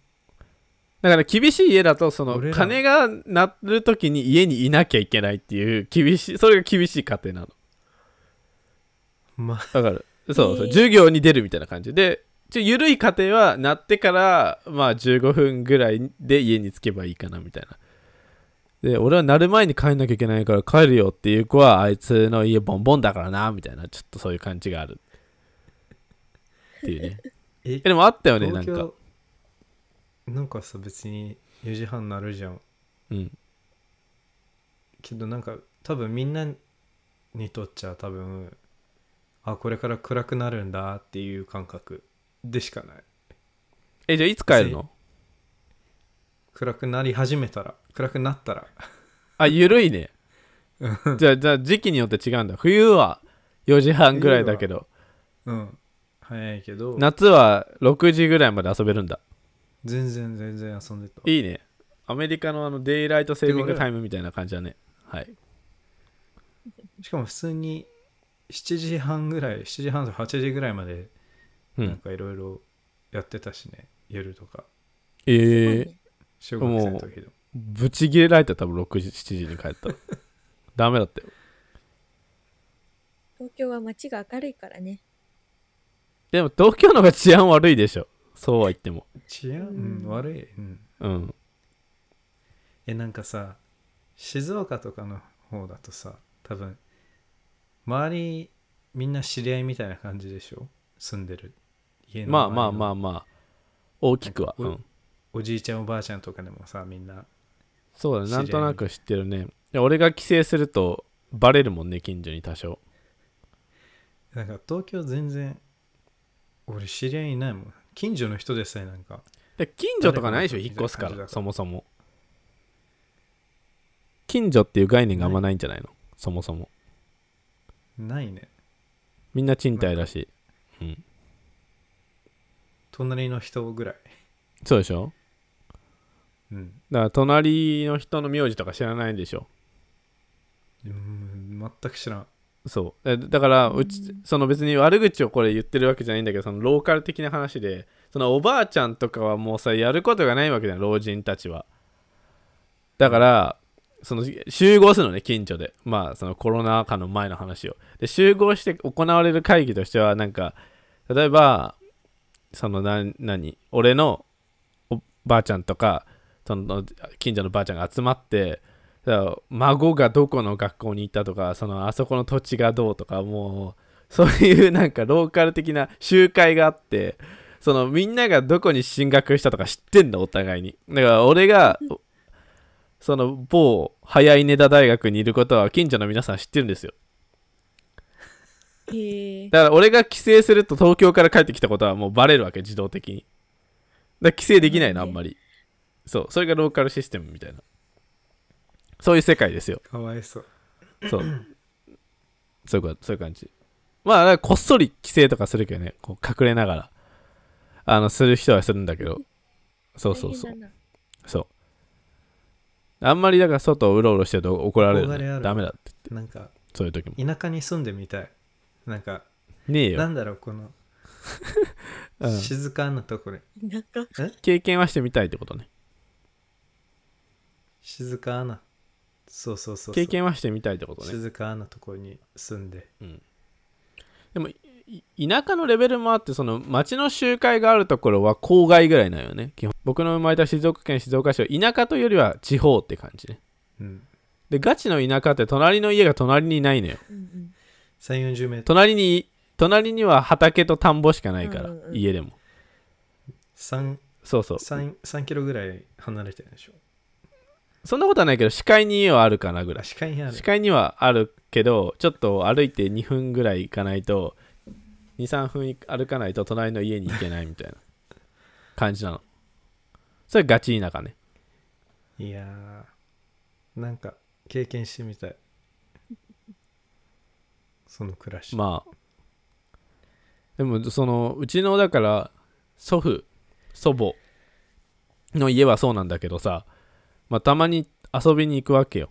だから厳しい家だとその俺ら金が鳴る時に家にいなきゃいけないっていう厳しいそれが厳しい家庭なのまだからそうそう、えー授業に出るみたいな感じでちょ緩い家庭は鳴ってからまあ15分ぐらいで家に着けばいいかなみたいなで俺は鳴る前に帰んなきゃいけないから帰るよっていう子はあいつの家ボンボンだからなみたいなちょっとそういう感じがあるっていうねええでもあったよねなん東か京なんかさ別に4時半なるじゃんうんけどなんか多分みんなにとっちゃ多分あこれから暗くなるんだっていう感覚でしかないえじゃあいつ帰るの暗くなり始めたら暗くなったらあ、ゆるいねう。じゃあ、じゃあ時期によって違うんだ。冬は4時半ぐらいだけど、うん早いけど夏は6時ぐらいまで遊べるんだ。全然全然遊んでたいいね。アメリカのあのデイライトセービングタイムみたいな感じだね。はい。しかも普通に7時半ぐらい7時半とか8時ぐらいまでうなんん。かいろいろやってたしね、夜とかえそうーね、小学生の時でもぶち切れられた多分6時、7時に帰っ たら。ダメだったよ。東京は街が明るいからね。でも東京の方が治安悪いでしょ。そうは言っても。治安、うんうん悪い、うん、うん。えなんかさ静岡とかの方だとさ多分周りみんな知り合いみたいな感じでしょ住んでる家のまあまあ周りのまあまあ、大きくは。うなんかん。おじいちゃんおばあちゃんとかでもさみんなそうだね。なんとな知り合く知ってるね。で俺が帰省するとバレるもんね、近所に多少。なんか東京全然俺知り合いいないもん近所の人でさえなんかで近所とかないでしょ誰引かっが越すかみたいな感らじだからそもそも近所っていう概念があんまないんじゃないのそもそもないねみんな賃貸だし隣の人ぐらいそうでしょうんだから隣の人の名字とか知らないでしょうん全く知らんそうえだからうちその別に悪口をこれ言ってるわけじゃないんだけどそのローカル的な話でそのおばあちゃんとかはもうさやることがないわけじゃん老人たちはだからその集合するのね近所でまあそのコロナ禍の前の話をで集合して行われる会議としてはなんか例えばそのな何俺のおばあちゃんとかその近所のばあちゃんが集まってだから孫がどこの学校に行ったとかそのあそこの土地がどうとかもうそういうなんかローカル的な集会があってそのみんながどこに進学したとか知ってんだお互いにだから俺がその某早稲田大学にいることは近所の皆さん知ってるんですよへえ。だから俺が帰省すると東京から帰ってきたことはもうバレるわけ自動的にだから帰省できないのあんまりそうそれがローカルシステムみたいなそういう世界ですよかわいそうそうそういうことそういう感じまあなんかこっそり帰省とかするけどねこう隠れながらあのする人はするんだけどそうそうそう大変だなそうあんまりだから外をうろうろしてると怒られるね、憧れあるダメだってなんかそういう時も田舎に住んでみたいなんかねえなよ、んだろうこのうん静かなところなんか、経験はしてみたいってことね静かなそうそうそうそう経験はしてみたいってことね静かなところに住んででもいい田舎のレベルもあってその町の集会があるところは郊外ぐらいなんよね基本僕の生まれた静岡県静岡市は田舎というよりは地方って感じねうんでガチの田舎って隣の家が隣にないのようんうん、 3 4 0メートル隣に隣には畑と田んぼしかないから、うんうんうん家でも3そうそう3 3キロぐらい離れてるでしょそんなことはないけど視界に家はあるかなぐらいあ視界にある視界にはあるけどちょっと歩いて2分ぐらい行かないと23分歩かないと隣の家に行けないみたいな感じなのそれガチ田舎ねいやーなんか経験してみたいその暮らし、まあでもそのうちのだから祖父祖母の家はそうなんだけどさ、まあ、たまに遊びに行くわけよ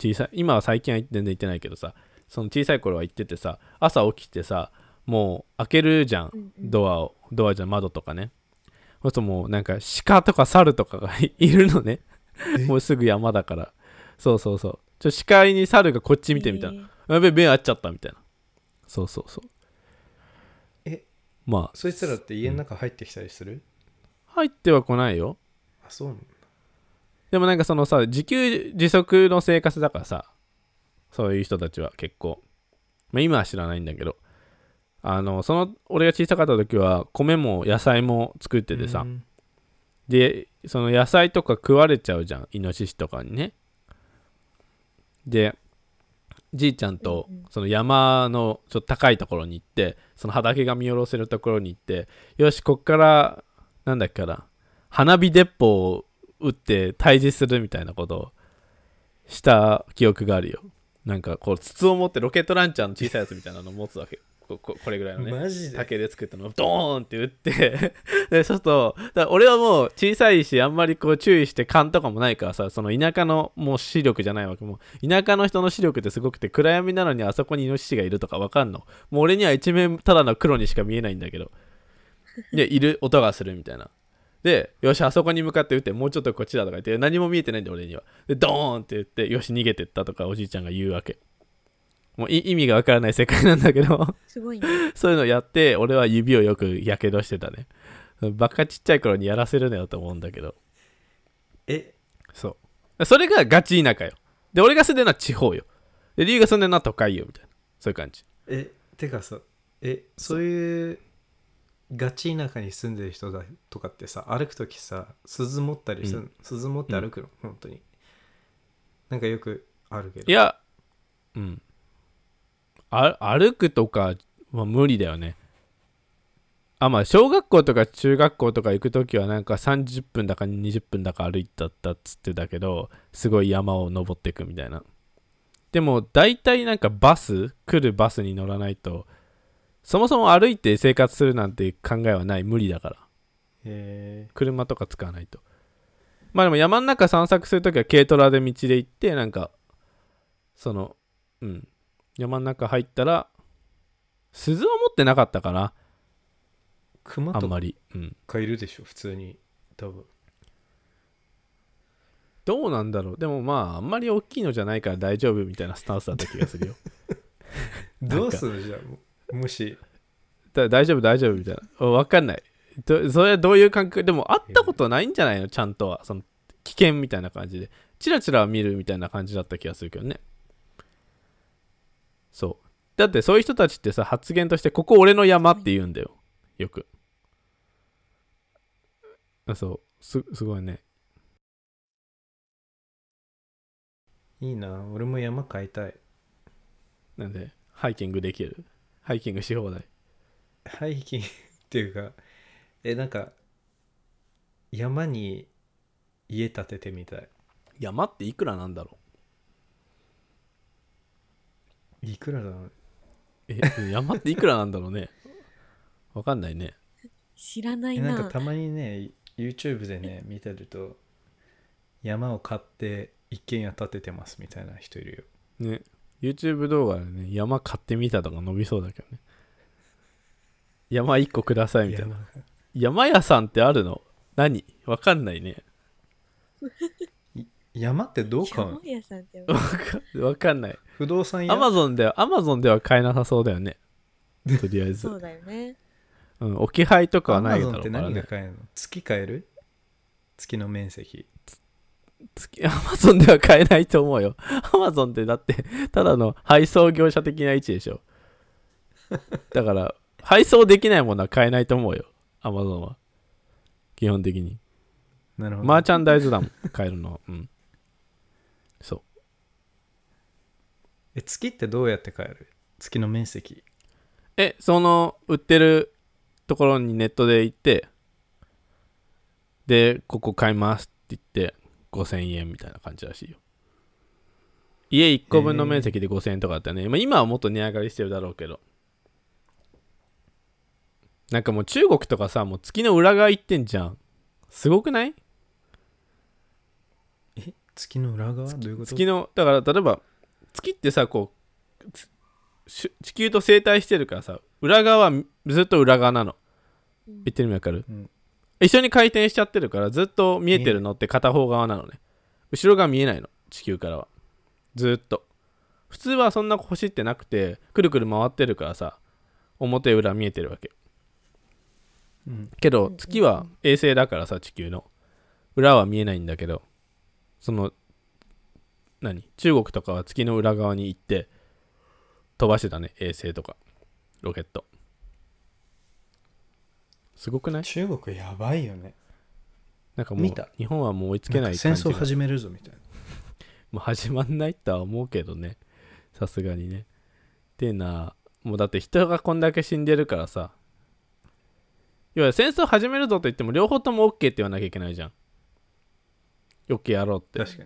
小さい今は最近は全然行ってないけどさその小さい頃は行っててさ朝起きてさもう開けるじゃんうんうんドアをドアじゃん窓とかねそうするともうなんか鹿とか猿とかが いるのねえもうすぐ山だからそうそうそうちょ視界に猿がこっち見てみたいなやべえ目合っちゃったみたいなそうそうそうえまあそいつらって家の中入ってきたりする、入ってはこないよあそうなんだでもなんかそのさ自給自足の生活だからさそういう人たちは結構、まあ、今は知らないんだけどあのその俺が小さかった時は米も野菜も作っててさ、うんでその野菜とか食われちゃうじゃんイノシシとかにねでじいちゃんとうんうんその山のちょっと高いところに行ってその畑が見下ろせるところに行ってよしこっからなんだっけな花火鉄砲を撃って退治するみたいなことをした記憶があるよなんかこう筒を持ってロケットランチャーの小さいやつみたいなのを持つわけよこ ここれぐらいのねマジで竹で作ったのをドーンって打って でそうするとだから俺はもう小さいしあんまりこう注意して勘とかもないからさその田舎のもう視力じゃないわけもう田舎の人の視力ってすごくて暗闇なのにあそこにイノシシがいるとかわかんのもう俺には一面ただの黒にしか見えないんだけど でいる音がするみたいなでよしあそこに向かって打ってもうちょっとこっちだとか言って何も見えてないんで俺にはでドーンって言ってよし逃げてったとかおじいちゃんが言うわけもうい意味がわからない世界なんだけどすごいね。そういうのやって、俺は指をよくやけどしてたね。バカちっちゃい頃にやらせるなよと思うんだけど。えそう。それがガチ田舎よ。で、俺が住んでるのは地方よ。で、リュウが住んでるのは都会よ、みたいな。そういう感じ。えてかさえそういうガチ田舎に住んでる人だとかってさ歩く時さ鈴持ったりする、う鈴持って歩くの、本当になんかよくあるけどいや、うん。あ歩くとかは無理だよね。あ、まあ、小学校とか中学校とか行くときは、なんか30分だか20分だか歩いたったっつってたけど、すごい山を登っていくみたいな。でも、大体なんかバス、来るバスに乗らないと、そもそも歩いて生活するなんて考えはない、無理だから。え車とか使わないとまあでも山の中散策するときは軽トラで道で行ってなんかそのうん山の中入ったら鈴は持ってなかったかなー、熊あんとまりうんかいるでしょ普通に多分どうなんだろうでもまああんまり大きいのじゃないから大丈夫みたいなスタンスだった気がするよどうするじゃあももしだ大丈夫大丈夫みたいなわかんないどそれはどういう感覚でも会ったことないんじゃないのちゃんとはその危険みたいな感じでチラチラ見るみたいな感じだった気がするけどねそうだってそういう人たちってさ発言として「ここ俺の山」って言うんだよよくあそうすすごいねいいな俺も山買いたいなんでハイキングできるハイキングし放題ハイキングっていうかえなんか山に家建ててみたい山っていくらなんだろいくらだろううえ山っていくらなんだろうねわかんないね知らなえいなんなかたまにね YouTube でね見てると山を買って一軒家建ててますみたいな人いるよね YouTube 動画でね山買ってみたとか伸びそうだけどね山1個くださいみたいな山山屋さんってあるの何わかんないね山ってどう買うの山屋さんってわかわかんない不動産屋アマゾンではアマゾンでは買えなさそうだよねとりあえずそうだよ ねうん、置き配とかはないだ Amazon ろっうてから何がね買えるの月買える月の面積月 アマゾンでは買えないと思うよアマゾンってだってただの配送業者的な位置でしょだから配送できないものは買えないと思うよアマゾンは基本的になるほど、マーチャンダイズだもん買えるのはうんそうえ月ってどうやって買える月の面積えその売ってるところにネットで行ってでここ買いますって言って5000円みたいな感じらしいよ家1個分の面積で5000円とかだったね、まあ、今はもっと値上がりしてるだろうけどなんかもう中国とかさもう月の裏側行ってんじゃんすごくないえ月の裏側どういうこと月のだから例えば月ってさこうつし地球と整体してるからさ裏側はずっと裏側なのうん言ってる意味わかる、うん一緒に回転しちゃってるからずっと見えてるのって片方側なのね後ろが見えないの地球からはずっと普通はそんな星ってなくてくるくる回ってるからさ表裏見えてるわけうんけど月は衛星だからさ地球の裏は見えないんだけどその何中国とかは月の裏側に行って飛ばしてたね衛星とかロケットすごくない中国やばいよねなんかもう見た日本はもう追いつけななんいか戦感じ争が始めるぞみたいなもう始まんないとは思うけどねさすがにねてなもうだって人がこんだけ死んでるからさいわゆる戦争始めるぞと言っても両方とも OK って言わなきゃいけないじゃん OK やろうって確か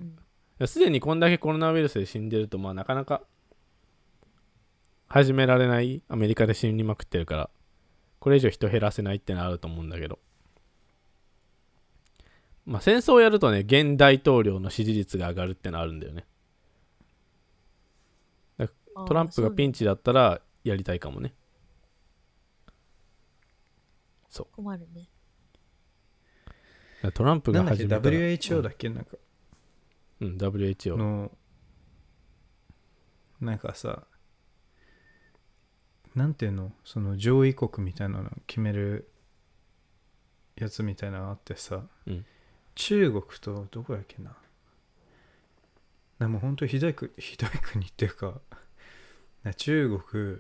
にすでにこんだけコロナウイルスで死んでるとまあなかなか始められないアメリカで死にまくってるからこれ以上人減らせないってのはあると思うんだけどまあ戦争をやるとね現大統領の支持率が上がるってのはあるんだよねトランプがピンンチだったらやりたいかもね困るねトランプがなんだっけ始めたら WHO だっけなんかうん、うん WHO のなんかさなんていうのその上位国みたいなの決めるやつみたいなのあってさ、うん中国とどこやっけななもう本当ひどいくひどい国っていうかな中国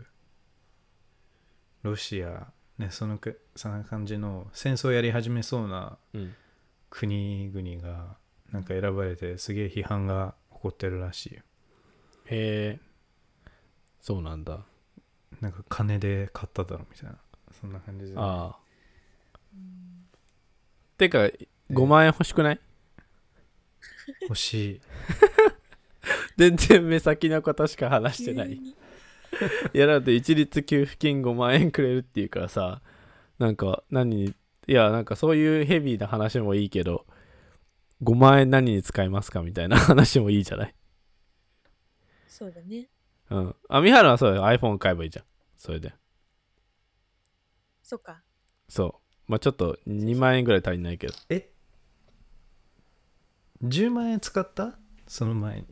ロシアねそのくそんな感じの戦争やり始めそうなうん国々がなんか選ばれてすげえ批判が起こってるらしいよへえそうなんだなんか金で買っただろみたいなそんな感じでああてか5万円欲しくない欲しい全然目先のことしか話してな急い。にいやだって一律給付金5万円くれるっていうからさ、なんか何に、いやなんかそういうヘビーな話もいいけど、5万円何に使いますかみたいな話もいいじゃない。そうだねうん。あ、みはるはそうよ。iPhone 買えばいいじゃん。それで。そうかそう。まあちょっと2万円ぐらい足りないけど。え10万円使ったその前に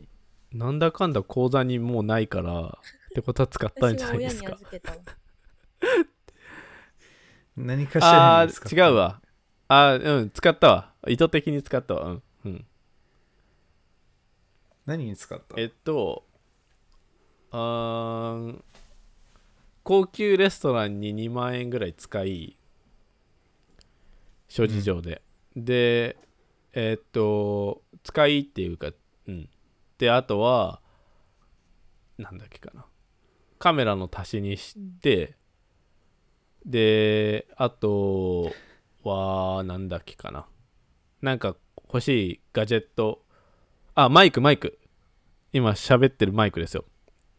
なんだかんだ口座にもうないから、ってことは使ったん私じゃはないで親すにか預。けたわ何かしらあに使っーた違うわあーうん使ったわ意図的に使ったわうん、うん、何に使ったえっとあー高級レストランに2万円ぐらい使い諸事情で、でえっと使いっていうかうんであとはなんだっけかなカメラの足しにして、であとはなんだっけかななんか欲しいガジェットあマイクマイク今喋ってるマイクですよ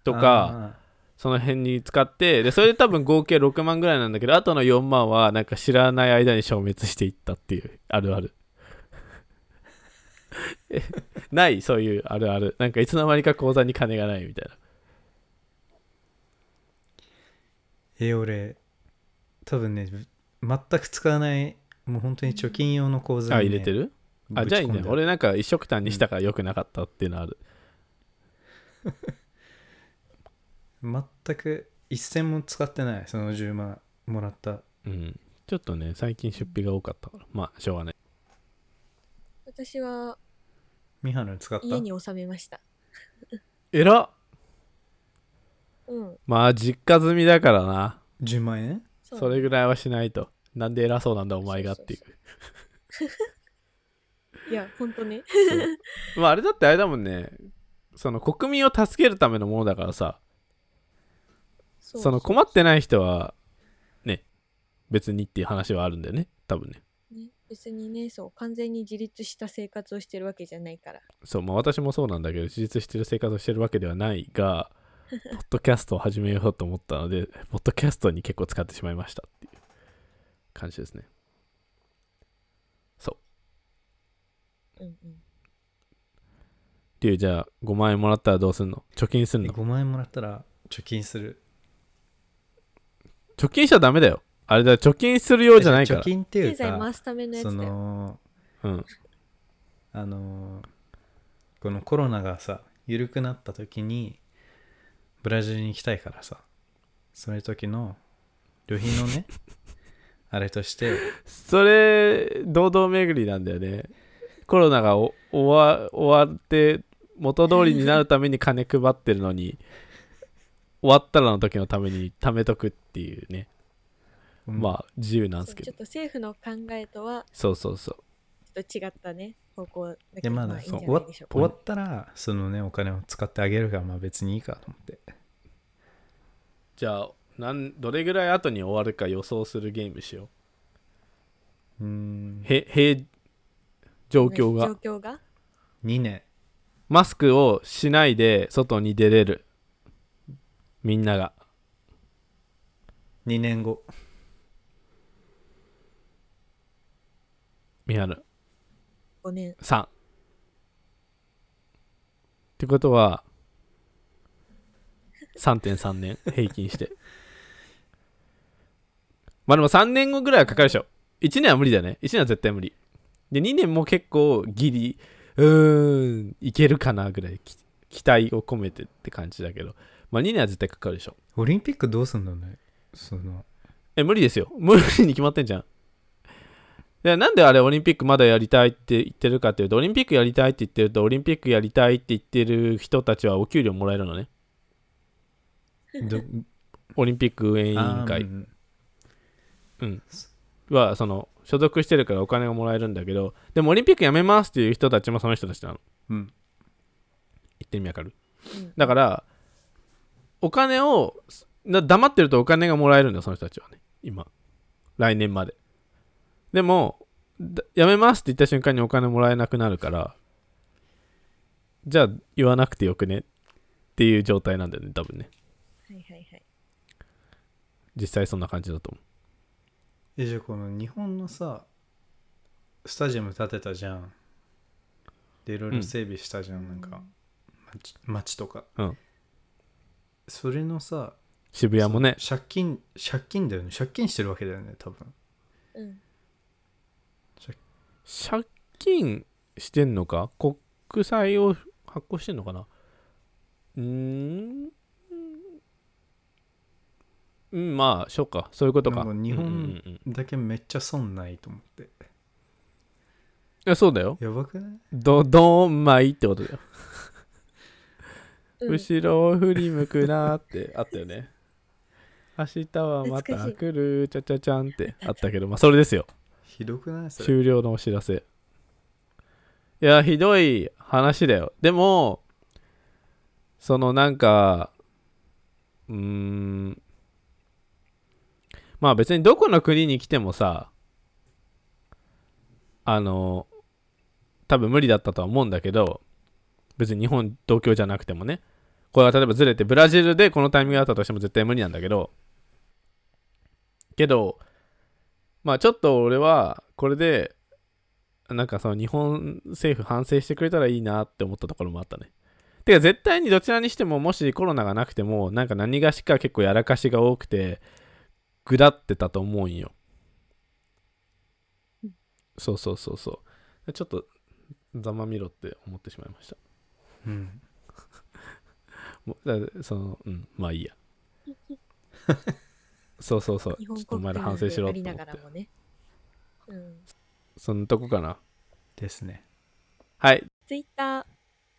とかその辺に使ってでそれで多分合計6万ぐらいなんだけどあとの4万はなんか知らない間に消滅していったっていうあるあ るえないそういうあるあるなんかいつの間にか口座に金がないみたいなえー俺多分ね全く使わないもう本当に貯金用の口座あに、ね、入れてるあぶじちゃあ込いいんねで俺なんか一色単にしたから良くなかったっていうのある、全く一銭も使ってないその10万もらったうん、ちょっとね最近出費が多かったからまあしょうがない私はミハル使った家に収めましたえらっうんまあ実家済みだからな10万円そうそれぐらいはしないとなんで偉そうなんだお前がっていうそいやほんとねまああれだってあれだもんねその国民を助けるためのものだからさそその困ってない人はね別にっていう話はあるんだよね多分ねね、別にねそう完全に自立した生活をしてるわけじゃないからそうまあ私もそうなんだけど自立してる生活をしてるわけではないがポッドキャストを始めようと思ったのでポッドキャストに結構使ってしまいましたっていう感じですねうんうんリュウじゃあ5万円もらったらどうすんの貯金すんの5万円もらったら貯金する貯金しちゃダメだよあれだ貯金するようじゃないから貯金ってい経う済か回すためのやそつだよのうんあのーこのコロナがさ緩くなった時にブラジルに行きたいからさその時の旅費の ねあれとしてそれ堂々巡りなんだよねコロナがお終わ終わって元通りになるために金配ってるの に終わったらの時のために貯めとくっていうね、あまあ自由なんですそうけちょどっと政府の考えとはそうそうそうちょっと違ったね方向だけいやどまだまあいいんそうじ終ゃわっないでしょうか終わったらそのねお金を使ってあげるからまあ別にいいかと思ってじゃあなんどれぐらい後に終わるか予想するゲームしようーんうへへ状況が状況が2年マスクをしないで外に出れるみんなが2年後見張る5年3ってことは3.3年平均して まあでも3年後ぐらいはかかるでしょ1年は無理だよね1年は絶対無理で2年も結構ギリうーんいけるかなぐらいき期待を込めてって感じだけどまあ2年は絶対かかるでしょオリンピックどうすんだろうね そのえ無理ですよ無理に決まってんじゃんでなんであれオリンピックまだやりたいって言ってるかっていうとオリンピックやりたいって言ってるとオリンピックやりたいって言ってる人たちはお給料もらえるのねどオリンピック運営委員あーう会んはその所属してるからお金がもらえるんだけどでもオリンピックやめますっていう人たちもその人たちなのうん言ってみわかる、うんだからお金をな黙ってるとお金がもらえるんだよその人たちはね今来年まででもだやめますって言った瞬間にお金もらえなくなるからじゃあ言わなくてよくねっていう状態なんだよね多分ねはいはいはい実際そんな感じだと思えじゃあこの日本のさスタジアム建てたじゃんでいろいろ整備したじゃん、なんか街街とか、うんそれのさう渋谷もね借金借金だよね借金してるわけだよね多分うん借金してんのか国債を発行してんのかなうーんうんまあそうかそういうことかなんか日本うんうんうんいだけめっちゃ損ないと思ってやそうだよやばくないどどんまいってことだよ、うん、後ろを振り向くなーってあったよね明日はま懐かたしい来るちゃちゃちゃんってあったけどまあそれですよひどくないそれ終了のお知らせいやひどい話だよでもそのなんかうーんまあ別にどこの国に来てもさあの多分無理だったとは思うんだけど別に日本東京じゃなくてもねこれが例えばずれてブラジルでこのタイミングだったとしても絶対無理なんだけどけどまあちょっと俺はこれでなんかその日本政府反省してくれたらいいなって思ったところもあったね。てか絶対にどちらにしてももしコロナがなくてもなんか何がしか結構やらかしが多くてぐだってたと思うんようん。そうそうそうそう。ちょっとざまみろって思ってしまいました。うんもうだからそのうんまあいい や。そうそうそう。ち日ょ本っとお国前家らな反んで省しろあってり思なっがてら。もね、うん、そのとこかな。ですねはい。 Twitter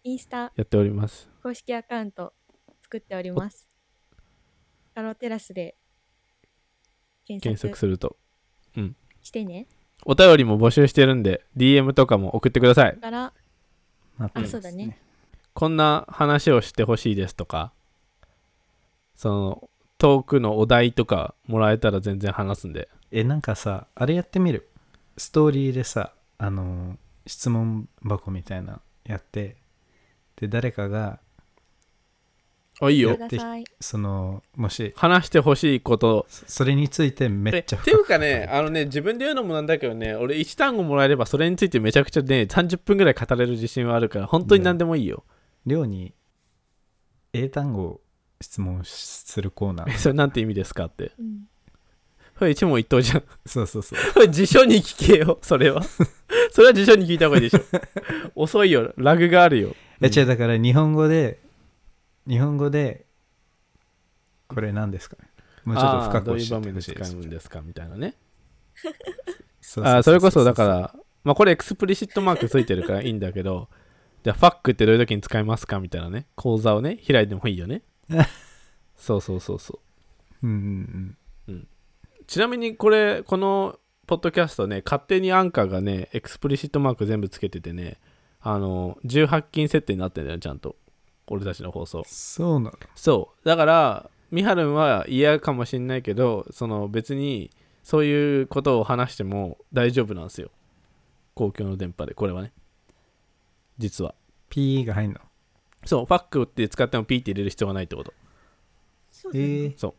インスタやっております。公式アカウント作っておりますカロテラスで検検索索すると。してねお便りも募集してるんで DM とかも送ってくださいだから待ってますそうだねこんな話をしてほしいですとかそのトークのお題とかもらえたら全然話すんでえなんかさあれやってみるストーリーでさあのー質問箱みたいなのやってで誰かがあいいやよくださいそのもし話してほしいことそそれについてめっちゃていうかねあのね自分で言うのもなんだけどね俺1単語もらえればそれについてめちゃくちゃね30分ぐらい語れる自信はあるから本当に何でもいいよ、量に英単語を質問するコーナー それなんて意味ですかってうんそれ一問一答じゃん そうそうそうこれ辞書に聞けよそれは それは辞書に聞いた方がいいでしょ 遅いよラグがあるよえ違うだから日本語で日本語でこれ何ですかねもうちょっとあー深くど教ういう場えて面ほでし使いですうんですかみたいなねそうううあーそれこそだから、まあ、これエクスプリシットマークついてるからいいんだけどじ ゃあファックってどういう時に使いますかみたいなね講座をね開いてもいいよ ねそうそうそうそうんうんうんうちなみにこれこのポッドキャストね勝手にアンカーがねエクスプリシットマーク全部つけててねあの18禁設定になってんだよちゃんと俺たちの放送そうなのそうだからみはるんは嫌かもしんないけどその別にそういうことを話しても大丈夫なんですよ公共の電波でこれはね実は P が入んのそうファックって使ってもピーって入れる必要がないってことそうえだねー、そ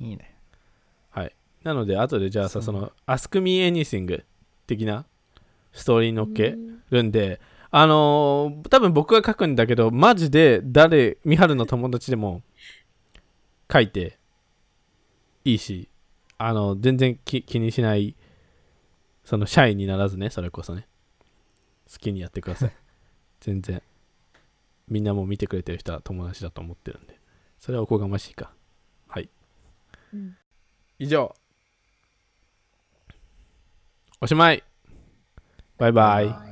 いいねはいなので後でじゃあさそそうの「Ask me anything」的なストーリーに乗っけうんるんであのー多分僕が書くんだけどマジで誰みはるの友達でも書いていいしあの全然き気にしないそのシャイにならずねそれこそね好きにやってくだ さい全然みんなもう見てくれてる人は友達だと思ってるんでそれはおこがましいかはいうん以上おしまいバイバイイ